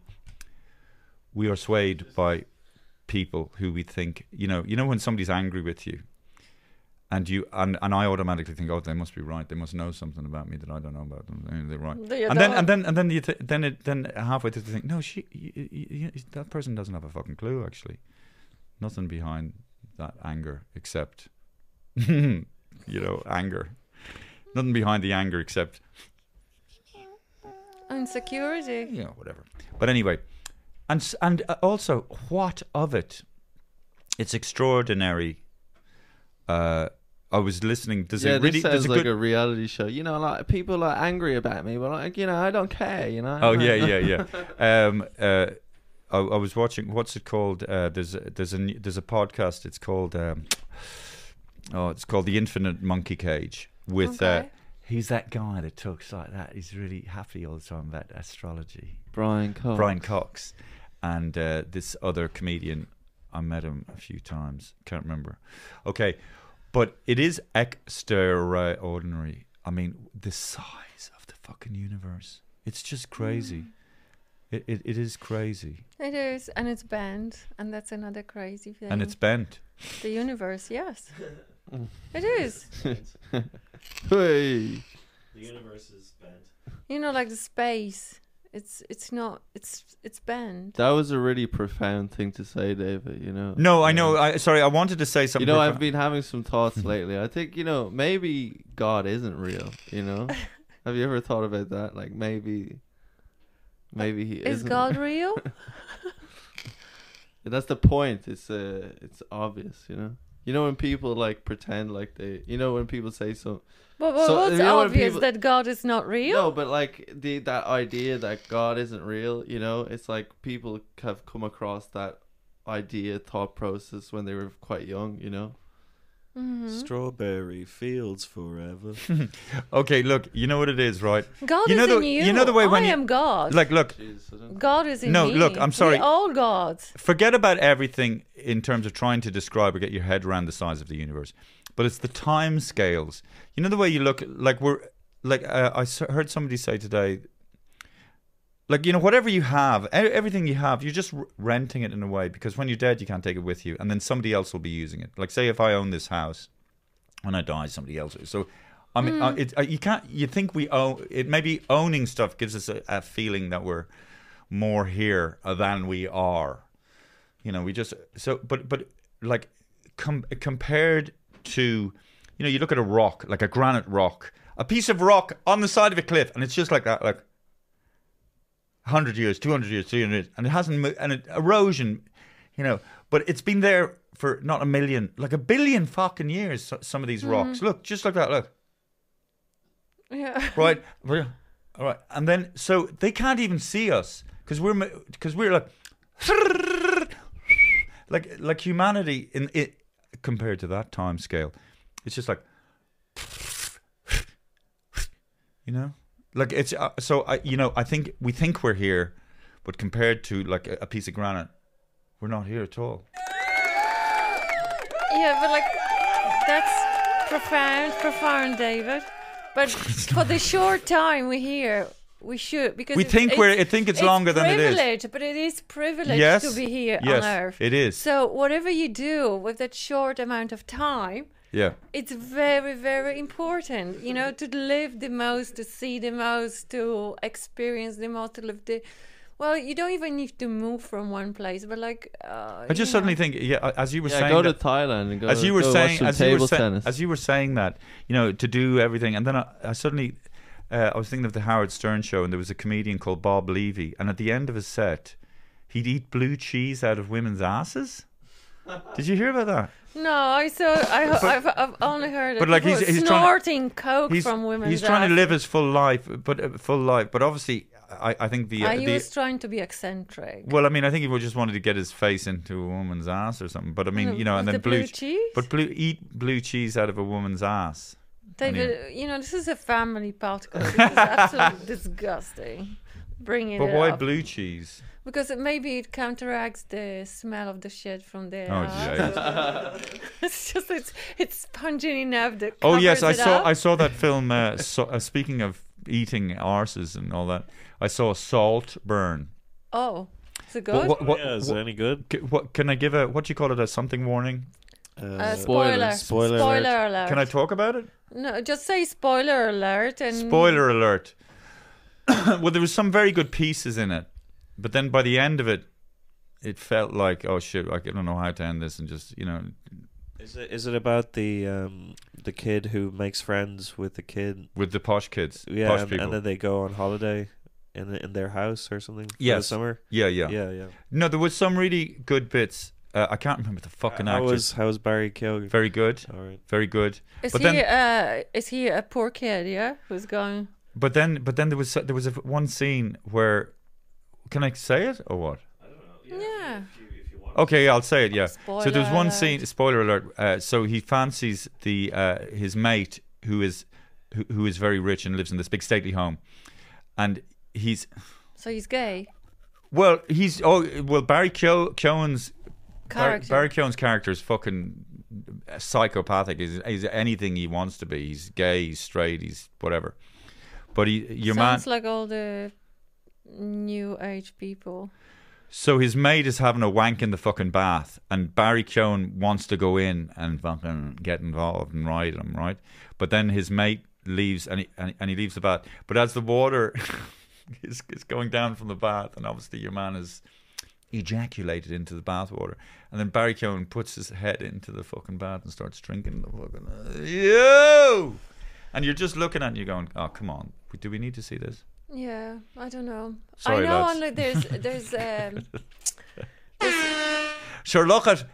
we are swayed by people who we think, you know, you know when somebody's angry with you, and you and, and I automatically think, oh, they must be right, they must know something about me that I don't know about them. They're right, They and then don't. and then and then you th- then it, then halfway through you think, no, she, y y y that person doesn't have a fucking clue actually, nothing behind that anger except, you know, anger, nothing behind the anger except Insecurity. you know, whatever. But anyway, and s- and uh, also, what of it? It's extraordinary. Uh, I was listening. Does yeah, it really? this sounds there's a like good, a reality show. You know, like people are angry about me, but like you know, I don't care. You know. Oh yeah, yeah, yeah. um, uh, I, I was watching. What's it called? Uh, there's a, there's a new- there's a podcast. It's called um, oh, it's called the Infinite Monkey Cage with. Uh, Okay. He's that guy that talks like that. He's really happy all the time about astrology. Brian Oh. Cox. Brian Cox, and uh, this other comedian. I met him a few times. Can't remember. Okay, but it is extraordinary. I mean, the size of the fucking universe. It's just crazy. It, it, it is crazy. It is, and it's bent, and that's another crazy thing. And it's bent. The universe, yes. it is. hey. The universe is bent. You know, like the space. It's it's not. It's it's bent. That was a really profound thing to say, David. You know. No, I know. I sorry, I wanted to say You something. know, profound. I've been having some thoughts lately. I think you know maybe God isn't real. You know, have you ever thought about that? Like maybe, maybe he Is isn't. God real? That's the point. It's uh, it's obvious. You know. You know when people like pretend like they. You know when people say so. But, but so- what's you know when obvious people- that God is not real? No, but like the that idea that God isn't real, you know, it's like people have come across that idea thought process when they were quite young, you know. Mhm. Strawberry fields forever. okay, look, you know what it is, right? God you know is the, in you. You know the way when I you, am God. Like, look, God is in No, me. look, I'm sorry. We're all gods. forget about everything in terms of trying to describe or get your head around the size of the universe, but it's the time scales. You know the way you look. Like we're like uh, I s- heard somebody say today. Like you know, whatever you have, e- everything you have, you're just r- renting it in a way because when you're dead, you can't take it with you, and then somebody else will be using it. Like say, if I own this house, when I die, somebody else. So, I mean, uh, Mm. it, uh, you can't. You think we own it? Maybe owning stuff gives us a, a feeling that we're more here uh, than we are. You know, we just so. But but like com- compared to, you know, you look at a rock like a granite rock, a piece of rock on the side of a cliff, and it's just like that, like. 100 years, 200 years, 300 years, and it hasn't moved, and it, erosion, you know, but it's been there for not a million, like a billion fucking years, so- some of these rocks. Mhm. Look, just like that, look, Yeah. right? All right. And then, so they can't even see us because we're, because we're like, like, like humanity in it compared to that time scale. It's just like, you know like it's uh, so i you know i think we think we're here but compared to like a, a piece of granite we're not here at all Yeah, but like that's profound, profound, David. But for the short time we're here, we should because We it's- think it's- we're- I think it's longer than it is. privilege, But it is privilege Yes, to be here yes, on Earth. it is. So whatever you do with that short amount of time, yeah it's very very important you know to live the most to see the most to experience the most to live the well you don't even need to move from one place but like uh, i just you know. suddenly think yeah a- as you were Yeah, saying go to that- Thailand and go- as you were go watch saying some as you were, table sa- tennis. as you were saying that you know to do everything and then i, I suddenly uh, i was thinking of the howard stern show and there was a comedian called bob levy and at the end of his set he'd eat blue cheese out of women's asses did you hear about that no i saw I, I've, I've only heard But, like, people he's- he's trying to- snorting coke he's, from women he's trying to live his full life, but uh, full life. But obviously, I, I think the, uh, i the was trying to be eccentric well, I mean, I think he just wanted to get his face into a woman's ass or something. But I mean, No, you know, and with then the blue, blue cheese? but blue eat blue cheese out of a woman's ass. And he- david you know this is a family podcast this is absolutely disgusting bringing but it why up. blue cheese? because it, maybe it counteracts the smell of the shit from there. Oh, it's just it's it's spongy enough that. Oh yes, I covers it saw up. I saw that film. Uh, so, uh, speaking of eating arses and all that, I saw Salt Burn. Oh, is it But good? Yeah, is it any good? What can I give a? What do you call it? A something warning? Uh, spoiler. Spoiler alert. Spoiler alert. Can I talk about it? No, just say spoiler alert and. Spoiler alert. well, there was some very good pieces in it, but then by the end of it, it felt like, oh shit, I don't know how to end this, and just you know, Is it is it about the um the kid who makes friends with the kid with the posh kids, yeah, posh and, people. and then they go on holiday in the, in their house or something for the Yes. summer. Yeah, yeah, yeah, yeah. No, there was some really good bits. Uh, I can't remember the fucking How actors. was- how was Barry Keoghan? Very good. All right. Very good. Is but he then, uh is he a poor kid? Yeah, who's going? but then, but then there was there was a, one scene where, can I say it or what? Yeah. Okay, I'll say it. Yeah. so there's one Spoiler scene. Spoiler alert. Uh, so he fancies the uh, his mate who is who, who is very rich and lives in this big stately home, and he's So he's gay. well he's oh well Barry Keo- Keoghan's Bar- Character. Barry Keoghan's character is fucking psychopathic. He's, he's anything he wants to be. He's gay. He's straight. He's whatever. But he your Sounds man like all the new age people. So his maid is having a wank in the fucking bath, and Barry Keoghan wants to go in and fucking get involved and ride him, right? But then his mate leaves, and he and, he- and he leaves the bath. But as the water is, is going down from the bath, and obviously your man is ejaculated into the bath water, and then Barry Keoghan puts his head into the fucking bath and starts drinking the fucking yo, and you're just looking at it and you're going, oh come on, do we need to see this? Yeah, I don't know. Sorry, I know lads. only there's there's um Sure, look at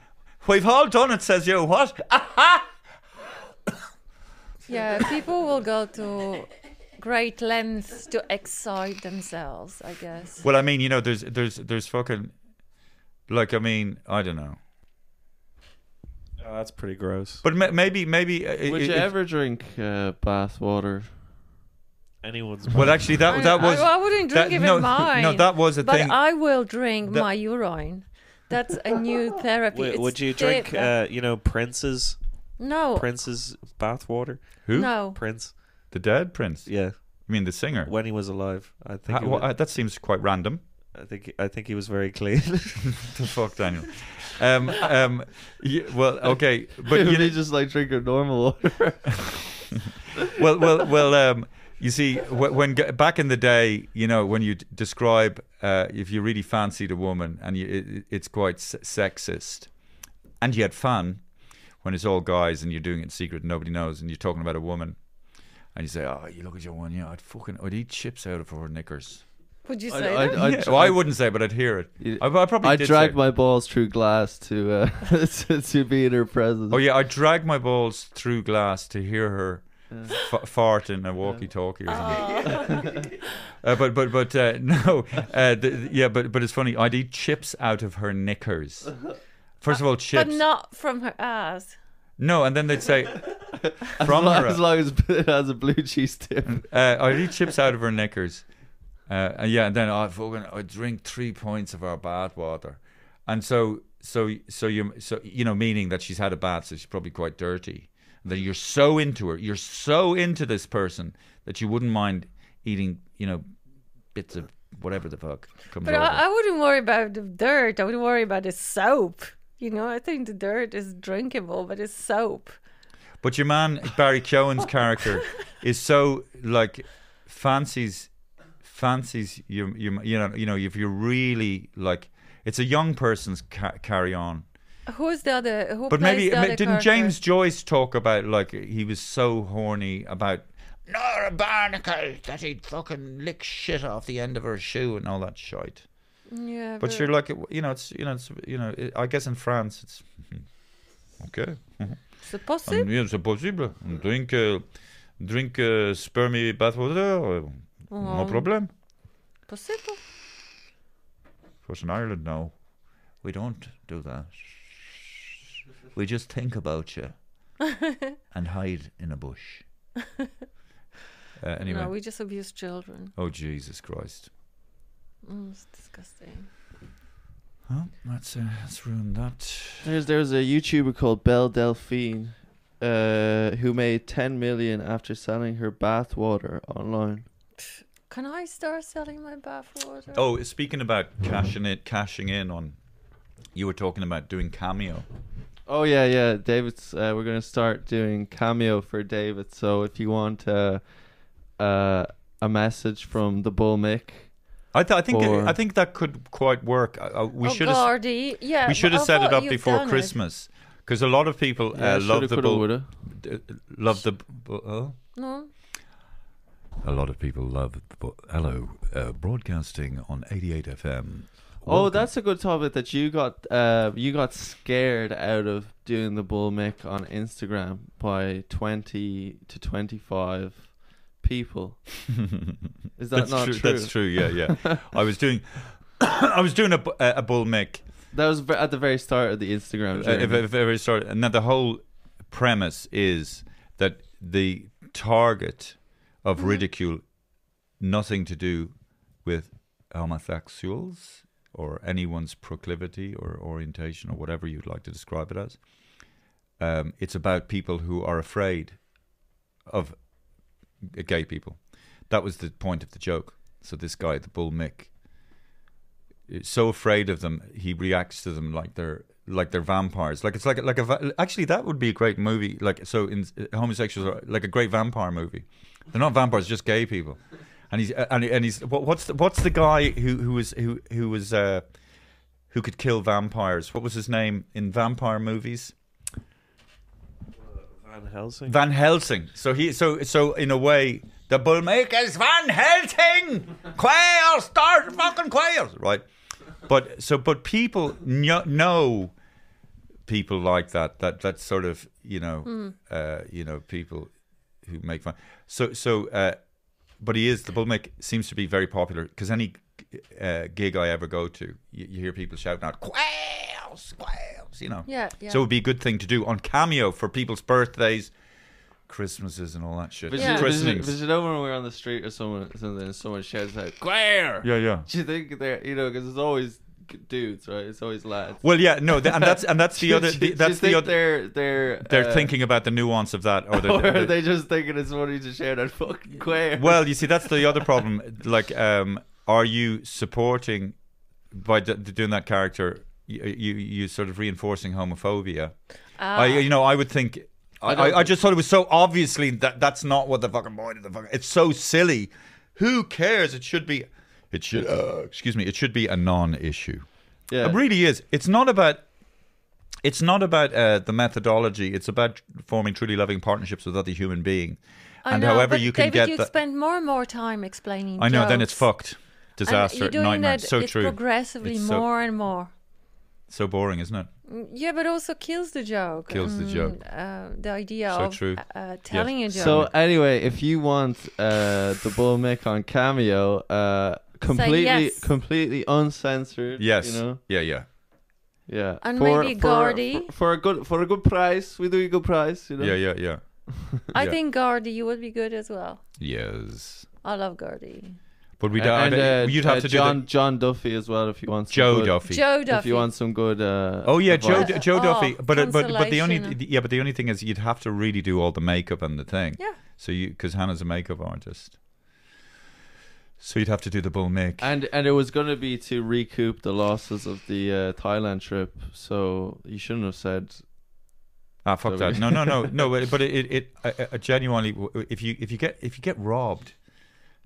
we've all done it. Says you what? yeah people will go to great lengths to excite themselves. I guess. Well, I mean, you know, there's there's there's fucking like I mean, I don't know. Oh, that's pretty gross. But ma- maybe maybe uh, Would it- you it- ever drink uh, bath water? Anyone's Well, actually, that that I- was. I, wouldn't drink that- even no, mine. No, that was a but thing. I will drink that- my urine. That's a new therapy. Would, It's would you ther- drink, uh, you know, Prince's? No. Prince's bathwater. Who? No. Prince. the dead prince. Yeah. I mean, the singer. When he was alive, I think. Ha- he well, was- uh, that seems quite random. I think I think he was very clean. the fuck, Daniel. Um, um, y- well, okay, but But you you know, just like drink your normal water. well, well, well. Um, you see, wh- when g- back in the day, you know, when you d- describe uh, if you really fancied a woman and you, it, it's quite se- sexist, and you had fun when it's all guys and you're doing it in secret and nobody knows, and you're talking about a woman, and you say, "Oh, you look at your one, yeah, I'd fucking, I'd eat chips out of her knickers." Would you I- say I- that? I- Yeah, well, I wouldn't say, but I'd hear it. I, I probably I did say dragged it. my balls through glass to uh, to, to be in her presence. Oh yeah, I dragged my balls through glass to hear her f- fart in a walkie-talkie or something. uh, but but but uh, no, uh, the, yeah, but but it's funny. I'd eat chips out of her knickers. First of all, chips. But not from her ass. no, and then they'd say from As her. as long as it has a blue cheese tip. uh, I'd eat chips out of her knickers. Uh, and yeah, and then I fucking I drink three pints of our bad water, and so so so you so you know meaning that she's had a bath, so she's probably quite dirty. And then you're so into her, you're so into this person that you wouldn't mind eating you know bits of whatever the fuck comes But over. I, I wouldn't worry about the dirt. I would worry about the soap. You know, I think the dirt is drinkable, but it's soap. But your man Barry Keoghan's character is so like fancies fancies you you you know you know if you're really like it's a young person's ca- carry on. Who's the other? Who But plays maybe the ma- other didn't character? James Joyce talk about like he was so horny about Nor a barnacle that he'd fucking lick shit off the end of her shoe. you and all that shite. Yeah, But you're like you know it's you know it's you know it, I guess in France it's hmm, okay. C'est possible. And, yeah, c'est possible. Drink uh, drink uh, spermy bathwater. uh, No Um, problem. Possible. Of course, in Ireland, no, we don't do that. We just think about you and hide in a bush. Uh, anyway. No, Oh, we just abuse children. oh, Jesus Christ. Mm, it's disgusting. Well, that's, uh, that's ruined that. There's there's a YouTuber called Belle Delphine, uh, who made 10 million after selling her bath water online. Can I start selling my bath water? Oh, speaking about cashing it, cashing in on, you were talking about doing cameo. Oh yeah, yeah. David's. Uh, we're gonna start doing cameo for David. So if you want uh, uh, a message from the Bull Mick, I, th- I think Or- I think that could quite work. I- I- we Oh, should have Gordy. Yeah, we should but have I set it thought up you've before done it. Christmas because a lot of people uh, Yeah, love shoulda, the coulda, bull, woulda. d- love the bull. oh? No. A lot of people love hello uh, broadcasting on 88 FM. Oh, that's a good topic that you got. Uh, you got scared out of doing the bull mick on Instagram by twenty to twenty-five people. Is that that's not true. true, That's true. Yeah, yeah. I was doing I was doing a, bu- a a bull mic That was ve- at the very start of the Instagram. uh, journey. if, if, if started, and then the whole premise is that the target of ridicule nothing to do with homosexuals or anyone's proclivity or orientation or whatever you'd like to describe it as. Um, it's about people who are afraid of uh, gay people. That was the point of the joke. So this guy, the bull Mick, is uh, so afraid of them, he reacts to them like they're like they're vampires. Like it's like like a va- actually that would be a great movie. Like so, in uh, homosexuals are like a great vampire movie. They're not vampires, just gay people. And he's uh, and, and he's what, what's the, what's the guy who who was who who was uh, who could kill vampires? What was his name in vampire movies? Van Helsing. Van Helsing. So he so so in a way the bull make is Van Helsing. Quail start fucking quails, right? But so but people kno- know people like that that that sort of you know Hmm. Mm. uh, you know people who make fun. So so uh, but he is the bull make seems to be very popular because any uh, gig I ever go to, you, you hear people shouting out quail Quails, quails, you know. Yeah, yeah. So it would be a good thing to do on Cameo for people's birthdays, Christmases, and all that shit. Visit, visit, Christenings. visit over when we're on the street or someone something, and someone shouts out, "Claire!" Yeah, yeah. Do you think they're you know because it's always g- dudes, right? It's always lads. Well, yeah, no, th- and that's and that's the Do other. you- do The, you that's the think other. They're they're They're uh, thinking about the nuance of that, or, the, or the- are they just thinking it's funny to shout out fucking queer? well, you see, that's the other problem. Like, um, are you supporting by d- doing that character? You, you you sort of reinforcing homophobia. I Ah. you know I would think. I, I don't I, I just thought it was so obviously that that's not what the fucking point of the fucking. It's so silly. Who cares? It should be. It should. Uh, excuse me. It should be a non-issue. Yeah. It really is. It's not about. It's not about uh, the methodology. It's about forming truly loving partnerships with other human being, I and know, however but you can David, get you that. spend more and more time explaining. I know. Then jokes. it's fucked. And Disaster, you're doing nightmare. That, so it's true. Progressively It's so- more and more. So boring, isn't it? Mm, Yeah, but also kills the joke. Kills the Mm, joke. Uh, the idea So of true. Uh, telling a joke. So anyway, if you want uh, the bull mick on cameo, uh, completely yes. completely uncensored. Yes. You know. Yeah. Yeah. Yeah. And maybe Gordy. For, for a good for a good price, we do a good price. You know. Yeah. Yeah. Yeah. I Yeah. think Gordy, you would be good as well. Yes. I love Gordy. But we A- don't. and, uh, you'd have uh, to John do John Duffy as well if you want. Some Joe good, Duffy. Joe If Duffy. you want some good. Uh, the. Oh yeah, Joe advice. Joe oh, Duffy. But uh, but but the only consolation. yeah, but the only thing is you'd have to really do all the makeup and the thing. Yeah. So you because Hannah's a makeup artist. So you'd have to do the bull make. And and it was gonna be to recoup the losses of the uh, Thailand trip, so you shouldn't have said. Ah, fuck So we- that! No, no, no, no. But but it it, it I, I genuinely, if you if you get if you get robbed,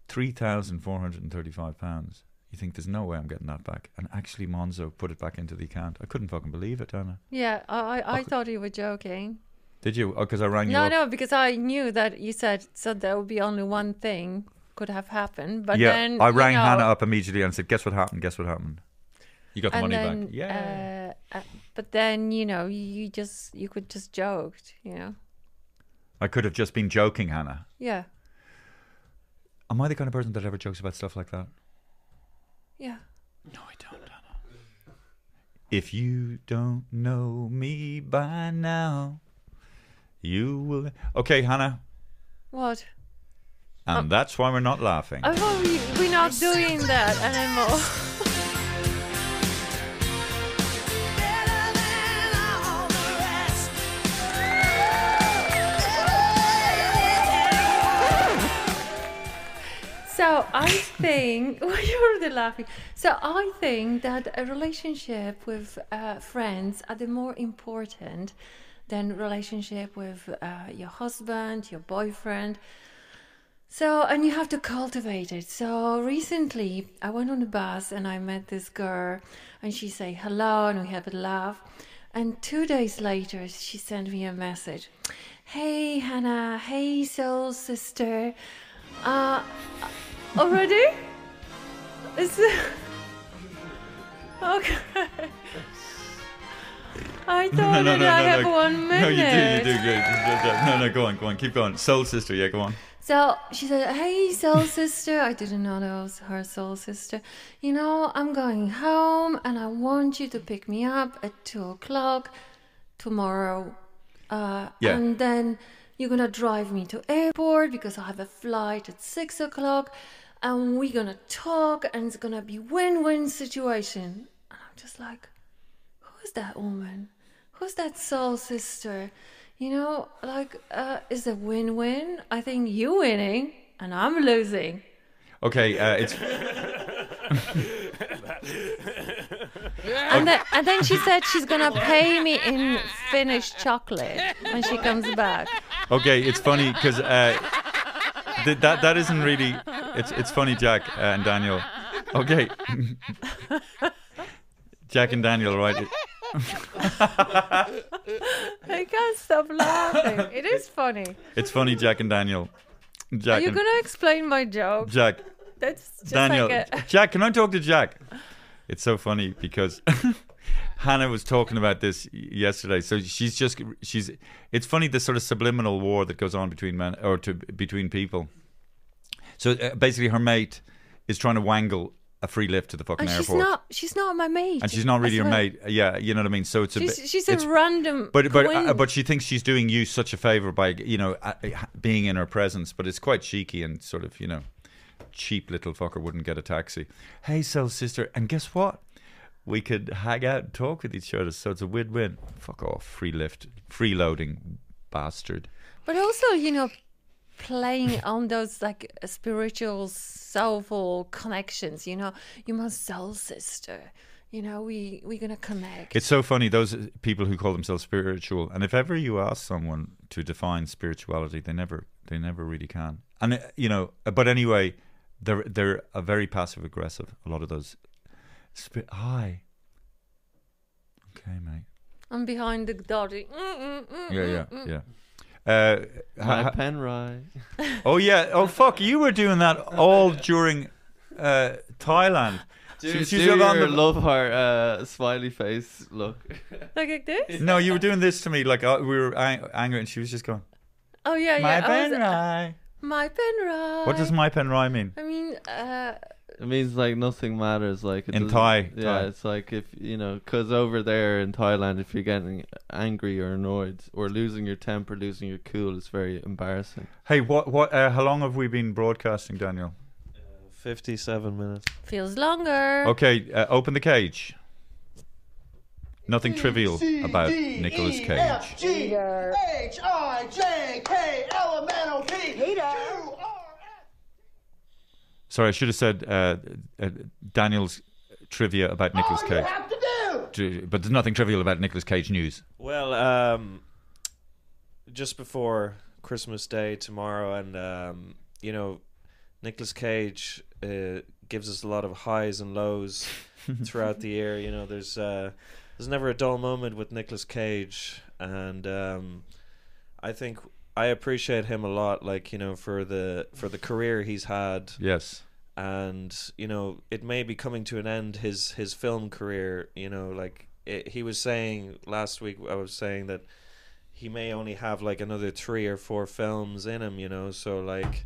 three thousand four hundred and thirty five pounds. You think there's no way I'm getting that back? And actually, Monzo put it back into the account. I couldn't fucking believe it, Anna. Yeah, I, I, I thought you were joking. Did you? Because I rang you. No, up. no, because I knew that you said so. There would be only one thing could have happened, but yeah, then I rang you know, Hannah up immediately and said, "Guess what happened? Guess what happened? You got the money back." Yeah. Uh, uh, but then you know you, you just you could just joked, you know. I could have just been joking, Hannah. Yeah, Am I the kind of person that ever jokes about stuff like that? yeah. If you don't know me by now, you will. Okay, Hannah, What? and Oh. that's why we're not laughing. I hope we, Oh, we're not doing that anymore. So I think well, you're the laughing. So I think that a relationship with uh, friends are the more important than relationship with uh, your husband, your boyfriend. So and you have to cultivate it. So recently I went on a bus and I met this girl, and she said hello and we had a laugh. And two days later she sent me a message. Hey Hannah, hey soul sister. Uh, already? Is it- okay. I thought that I have No, one minute. you do, you do good. No, no, go on, go on, keep going. Soul sister, yeah, go on. So she said, Hey, soul sister. I didn't know that was her soul sister. You know, I'm going home and I want you to pick me up at two o'clock tomorrow. Uh, Yeah. And then you're going to drive me to airport because I have a flight at six o'clock and we're going to talk and it's going to be win-win situation. And I'm just like, who's that woman? Who's that soul sister? You know, like, uh, is a win-win. I think you winning and I'm losing. Okay, uh, it's And, then, and then she said she's gonna pay me in Finnish chocolate when she comes back. okay. It's funny because uh, th- that that isn't really. It's it's funny, Jack uh, and Daniel. Okay, Jack and Daniel, right? I can't stop laughing. It is funny. It's funny, Jack and Daniel. Jack Are you and gonna explain my joke? Jack. That's just Daniel, like a, Jack, can I talk to Jack? It's so funny because Hannah was talking about this yesterday. So she's just she's. It's funny the sort of subliminal war that goes on between men or to between people. So uh, basically, her mate is trying to wangle a free lift to the fucking and Oh, she's airport, not. She's not my mate. and she's not really your I swear. mate. Yeah, you know what I mean. So it's a She's, bit, she's it's- a random. but but uh, coin. but she thinks she's doing you such a favor by you know uh, uh, being in her presence. But it's quite cheeky and sort of you know cheap little fucker wouldn't get a taxi. Hey, soul sister, and guess what? We could hang out and talk with each other, so it's a win-win. Fuck off, free lift, freeloading bastard. But also, you know, playing on those like spiritual, soulful connections. You know, you're my soul sister. You know, we we're gonna connect. It's so funny those people who call themselves spiritual, and if ever you ask someone to define spirituality, they never they never really can. And uh, you know, but anyway, they're they're a very passive aggressive. A lot of those. Spi- Hi. Okay, mate. I'm behind the mm, dotty. Yeah, yeah, mm. yeah. Uh, My ha- pen right. oh yeah. Oh fuck! You were doing that all during uh, Thailand. Do, She- do she's like on your the- love her uh, smiley face look. Like, like this? No, you were doing this to me like uh, we were ang- angry, and she was just going. Oh yeah, My yeah. I was- uh, Penrye. My Penrye. What does my pen rhyme mean? I mean, uh, It means like nothing matters. Like it In doesn't- Thai, yeah. Thai. It's like if you know, because over there in Thailand, if you're getting angry or annoyed or losing your temper, losing your cool, it's very embarrassing. Hey, what what? Uh, how long have we been broadcasting, Daniel? Fifty-seven minutes. feels longer. Okay, uh, open the cage. Nothing trivial about Nicolas Cage. G H I J K L M N O P Q R. Sorry, I should have said uh, uh, Daniel's trivia about Nicolas All you Cage. have to do Tr- But there's nothing trivial about Nicolas Cage news. Well, um, just before Christmas Day tomorrow, and um, you know, Nicolas Cage uh, gives us a lot of highs and lows throughout the year. You know, there's uh, there's never a dull moment with Nicolas Cage, and um, I think I appreciate him a lot. Like you know, for the for the career he's had. Yes. and you know it may be coming to an end his his film career you know like it, he was saying last week i was saying that he may only have like another three or four films in him you know so like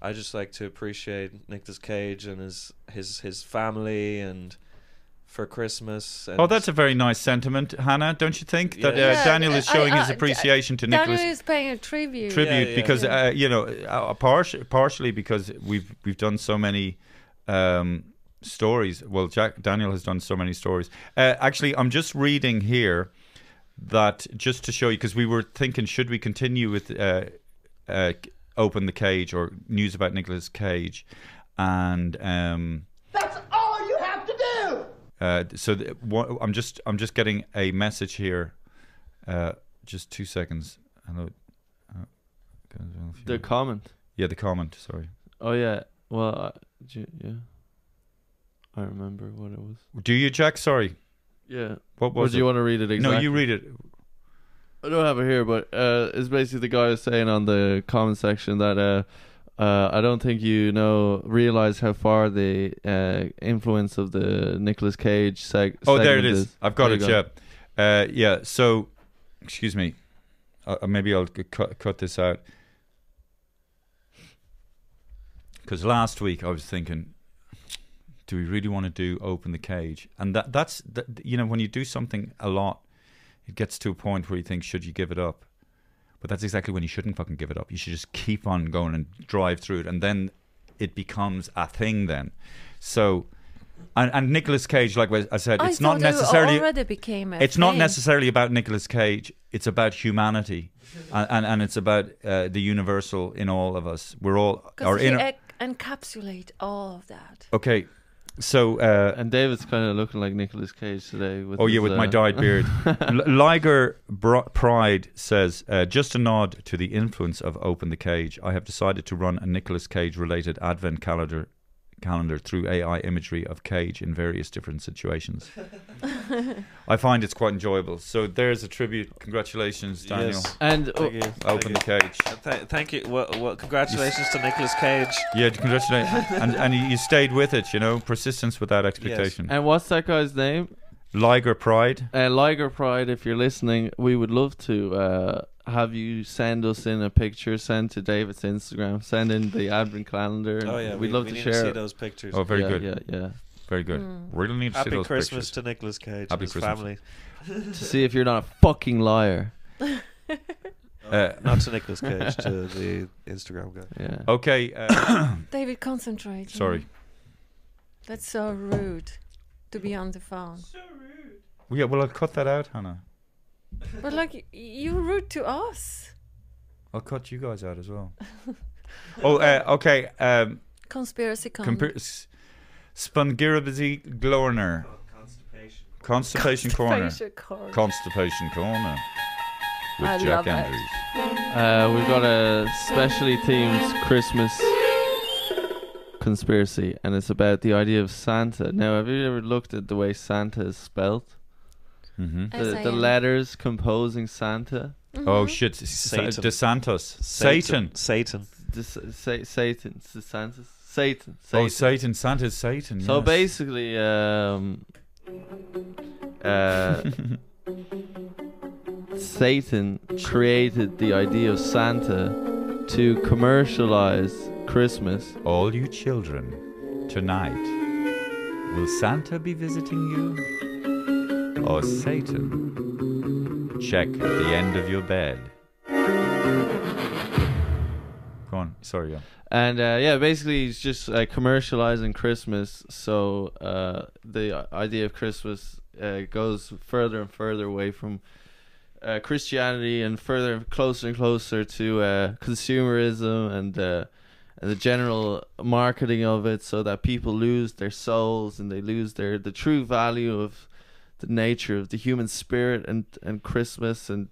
i just like to appreciate nicholas cage and his his his family and for christmas and Oh, that's a very nice sentiment, Hannah, don't you think? That uh, Yeah. Daniel is I- showing I- his appreciation to Daniel Nicolas is paying a tribute. tribute because Uh, you know uh, part- partially because we've we've done so many um, stories. Well, Jack Daniel has done so many stories. Uh, actually, I'm just reading here that just to show you because we were thinking should we continue with uh, uh, open the cage or news about Nicolas Cage, and um, That's all you have to do. uh, so th- wha- I'm just I'm just getting a message here. Uh, just two seconds. Hello. Uh, The comment. Yeah, the comment. Sorry. Oh yeah. Well, I, do you- yeah. I remember what it was. Do you, Jack? Sorry. Yeah. What Or was? do you want to read it No, exactly? you read it. I don't have it here, but uh, it's basically the guy was saying on the comment section that uh, uh, I don't think you know realize how far the uh, influence of the Nicolas Cage seg- Oh, there it segment is. I've got it. There you Yeah. Uh, yeah. So, excuse me. Uh, uh, maybe I'll c- cut cut this out. Because last week I was thinking, do we really want to do open the cage? And that that's that, you know when you do something a lot, it gets to a point where you think, should you give it up? But that's exactly when you shouldn't fucking give it up. You should just keep on going and drive through it, and then it becomes a thing. Then, so. And, and Nicolas Cage, like I said, I it's not thought it necessarily already became a it's not thing. necessarily about Nicolas Cage. It's about humanity, and and, and it's about uh, the universal in all of us. We're all our Because he inner ac- encapsulate all of that. Okay, so uh, and David's kind of looking like Nicolas Cage today. With oh yeah, his, with my uh, dyed beard. L- Liger Bro- Pride says, uh, just a nod to the influence of Open the Cage. I have decided to run a Nicolas Cage related advent calendar calendar through AI imagery of Cage in various different situations. I find it's quite enjoyable. So there's a tribute. Congratulations, Daniel. Yes. And Thank you. Thank Open you. the Cage. Uh, th- thank you. Well, well congratulations to Nicolas Cage. Yeah, congratulations. and and you- you stayed with it, you know, persistence without expectation. And what's that guy's name? Liger Pride. Uh, Liger Pride, if you're listening, we would love to uh, have you send us in a picture, send to David's Instagram, send in the advent calendar. Oh, yeah, we'd we- love we to need to share see it. those pictures. Oh, very Yeah, good. Yeah, yeah. Very good. Mm. Really need to see Happy those Christmas to pictures. Nicolas Cage and Happy his Christmas. family. to see if you're not a fucking liar. Uh, Not to Nicolas Cage, to the Instagram guy. Yeah. Okay. Uh, David, concentrate. you Sorry. know. That's so rude to be on the phone. Well, yeah, well, I'll cut that out, Hannah. But like, y- you're rude to us. I'll cut you guys out as well. oh, uh, okay. Um, Conspiracy con. compar- s- Spongirabizy glorner. Constipation. Constipation corner. Constipation corner. Constipation corner. With I Jack love it. Andrews. Uh, we've got a specially themed Christmas conspiracy, and it's about the idea of Santa. Now, have you ever looked at the way Santa is spelt? Mm-hmm. Uh, The, the S.A.N.. letters composing Santa. mm-hmm. Oh shit! S- Sa- DeSantis. Satan. Satan. This, sa- Satan. S- Santa. Satan. Oh, Satan. Satan. Santa's Satan. So yes. basically, um, uh, Satan created the idea of Santa to commercialize Christmas. All you children, tonight, will Santa be visiting you? Or Satan? Check at the end of your bed. Go on, sorry, go on. And uh, yeah, basically, he's just uh, commercializing Christmas. So uh, the i- idea of Christmas uh, goes further and further away from uh, Christianity and further and closer and closer to uh, consumerism and, uh, and the general marketing of it, so that people lose their souls and they lose their the true value of the nature of the human spirit and, and Christmas and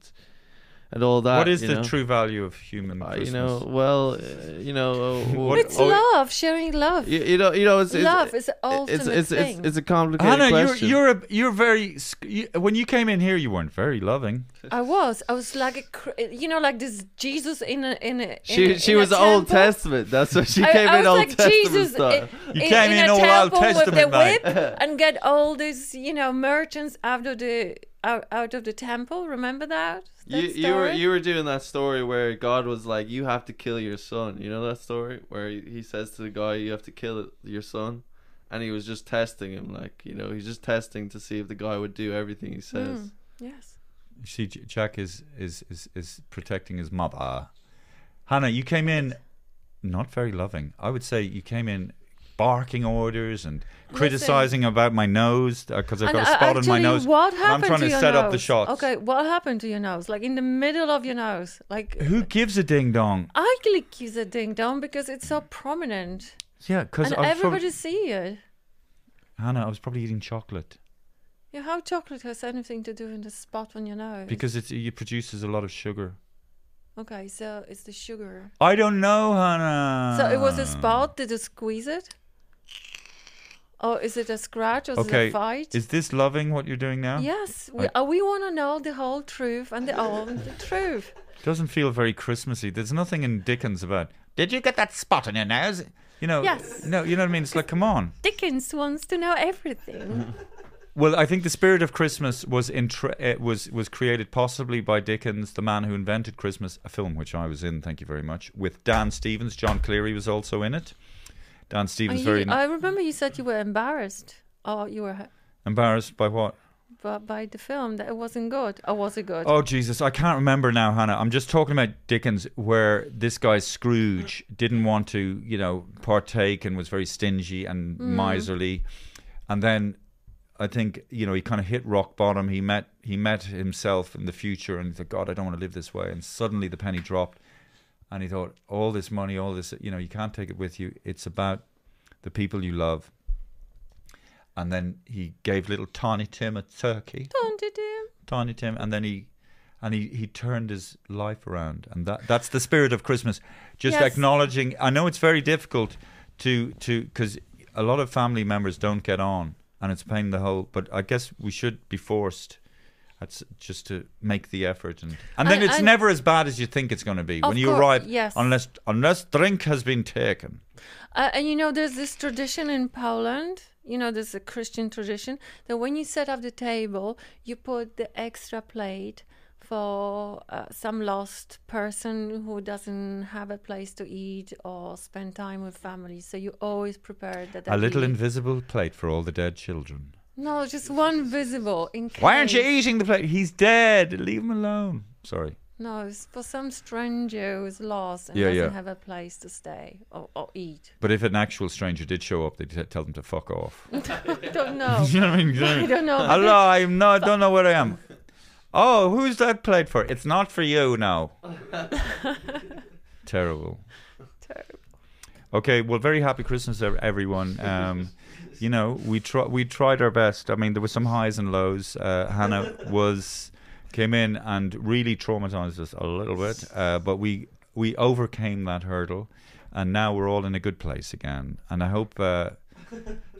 and all that. what is Uh, you the know? true value of human Uh, Christmas? oh, you know, well, uh, you know, uh, what- It's love, sharing love. You, you know, you know, it's, it's love is the it's, ultimate it's, it's, thing. it's a complicated Hannah, you're, question. you're, a, you're very. sc- You, when you came in here, you weren't very loving. I was. I was like a, cr- you know, like this Jesus in a in a. In she a, she in a was Old temple. Testament. That's what she I, came I in was Old like Testament Jesus style. in, You in, came in in a all Old temple with the Testament, mate. whip and get all these, you know, merchants out of the out, out of the temple. Remember that? that you, you were story? you were doing that story where God was like, "You have to kill your son." You know that story where he he says to the guy, "You have to kill your son," and he was just testing him, like you know, he's just testing to see if the guy would do everything he says. Mm, yes. You see, J- Jack is, is, is, is protecting his mother. Hannah, you came in not very loving. I would say you came in barking orders and criticizing about my nose because I've And got a I- spot on my actually, nose. What and happened I'm trying to, your set nose? up the shots. Okay, what happened to your nose? Like in the middle of your nose, like. Who gives a ding dong? I click you the ding dong because it's so prominent, Yeah, because and everybody see it. Hannah, I was probably eating chocolate Yeah, how chocolate has anything to do with the spot on your nose? because it, it produces a lot of sugar. okay, so it's the sugar. I don't know, Hannah. So it was a spot. Did you squeeze it? Or is it a scratch? Or is Okay, it a fight? is this loving what you're doing now? yes, we, I- uh, we want to know the whole truth and the only truth. Doesn't feel very Christmassy. There's nothing in Dickens about. Did you get that spot on your nose? You know. Yes. No, you know what I mean. It's like, come on. Dickens wants to know everything. Well, I think the spirit of Christmas was in uh, was was created possibly by Dickens, the man who invented Christmas, a film which I was in. Thank you very much. With Dan Stevens, John Cleary was also in it. Dan And Stevens you- very I remember you said you were embarrassed, or you were embarrassed by what? by, by the film that it wasn't good. Or was it good? Oh Jesus, I can't remember now, Hannah. I'm just talking about Dickens, where this guy Scrooge didn't want to, you know, partake and was very stingy and Mm. miserly, and then I think you know he kind of hit rock bottom. He met he met himself in the future and he thought, God, I don't want to live this way. And suddenly the penny dropped, And he thought, all this money, all this, you know, you can't take it with you. It's about the people you love. And then he gave little Tiny Tim a turkey. Tiny Tim. Tiny Tim. And then he. And he, he turned his life around, and that, that's the spirit of Christmas. Just Yes. acknowledging. I know it's very difficult to to because a lot of family members don't get on, and it's a pain in the whole. But I guess we should be forced. That's just to make the effort, and and then And- it's and- never as bad as you think it's going to be Of when you cour- arrive. yes. Unless unless drink has been taken. Uh, and you know, there's this tradition in Poland. You know, there's a Christian tradition that when you set up the table, you put the extra plate for uh, some lost person who doesn't have a place to eat or spend time with family. So you always prepare that. A little meal. invisible plate for all the dead children. No, just one visible. In case. Why aren't you eating the plate? He's dead. Leave him alone. Sorry. No, it's for some stranger who's lost and Yeah, doesn't yeah. have a place to stay or, or eat. But if an actual stranger did show up, they'd t- tell them to fuck off. I don't know. you know what I mean? You know what I I mean? don't know. Hello, I'm not. I don't know where I am. Oh, who's that plate for? It's not for you now. Terrible. Terrible. Okay, well, very happy Christmas, ev- everyone. Um, you know, we try, we tried our best. I mean, there were some highs and lows. Uh, Hannah was came in and really traumatized us a little bit, uh, but we we overcame that hurdle, and now we're all in a good place again. And I hope uh,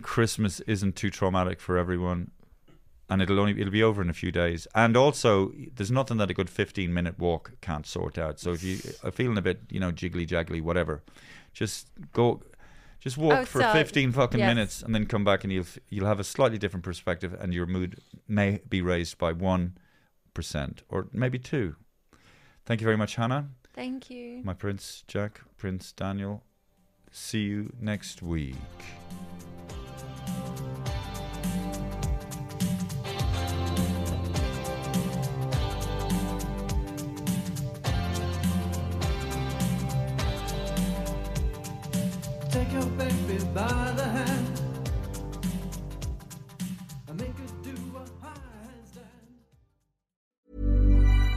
Christmas isn't too traumatic for everyone, and it'll only it'll be over in a few days. And also, there's nothing that a good 15 minute walk can't sort out. So if you are feeling a bit, you know, jiggly jaggly, whatever, just go, just walk for Outside, 15 fucking yes. minutes, and then come back, and you'll f- you'll have a slightly different perspective, and your mood may be raised by one percent or maybe two. Thank you very much, Hannah. Thank you. My Prince Jack, Prince Daniel. See you next week. Hmm. Take your baby by the hand and make her do a handstand.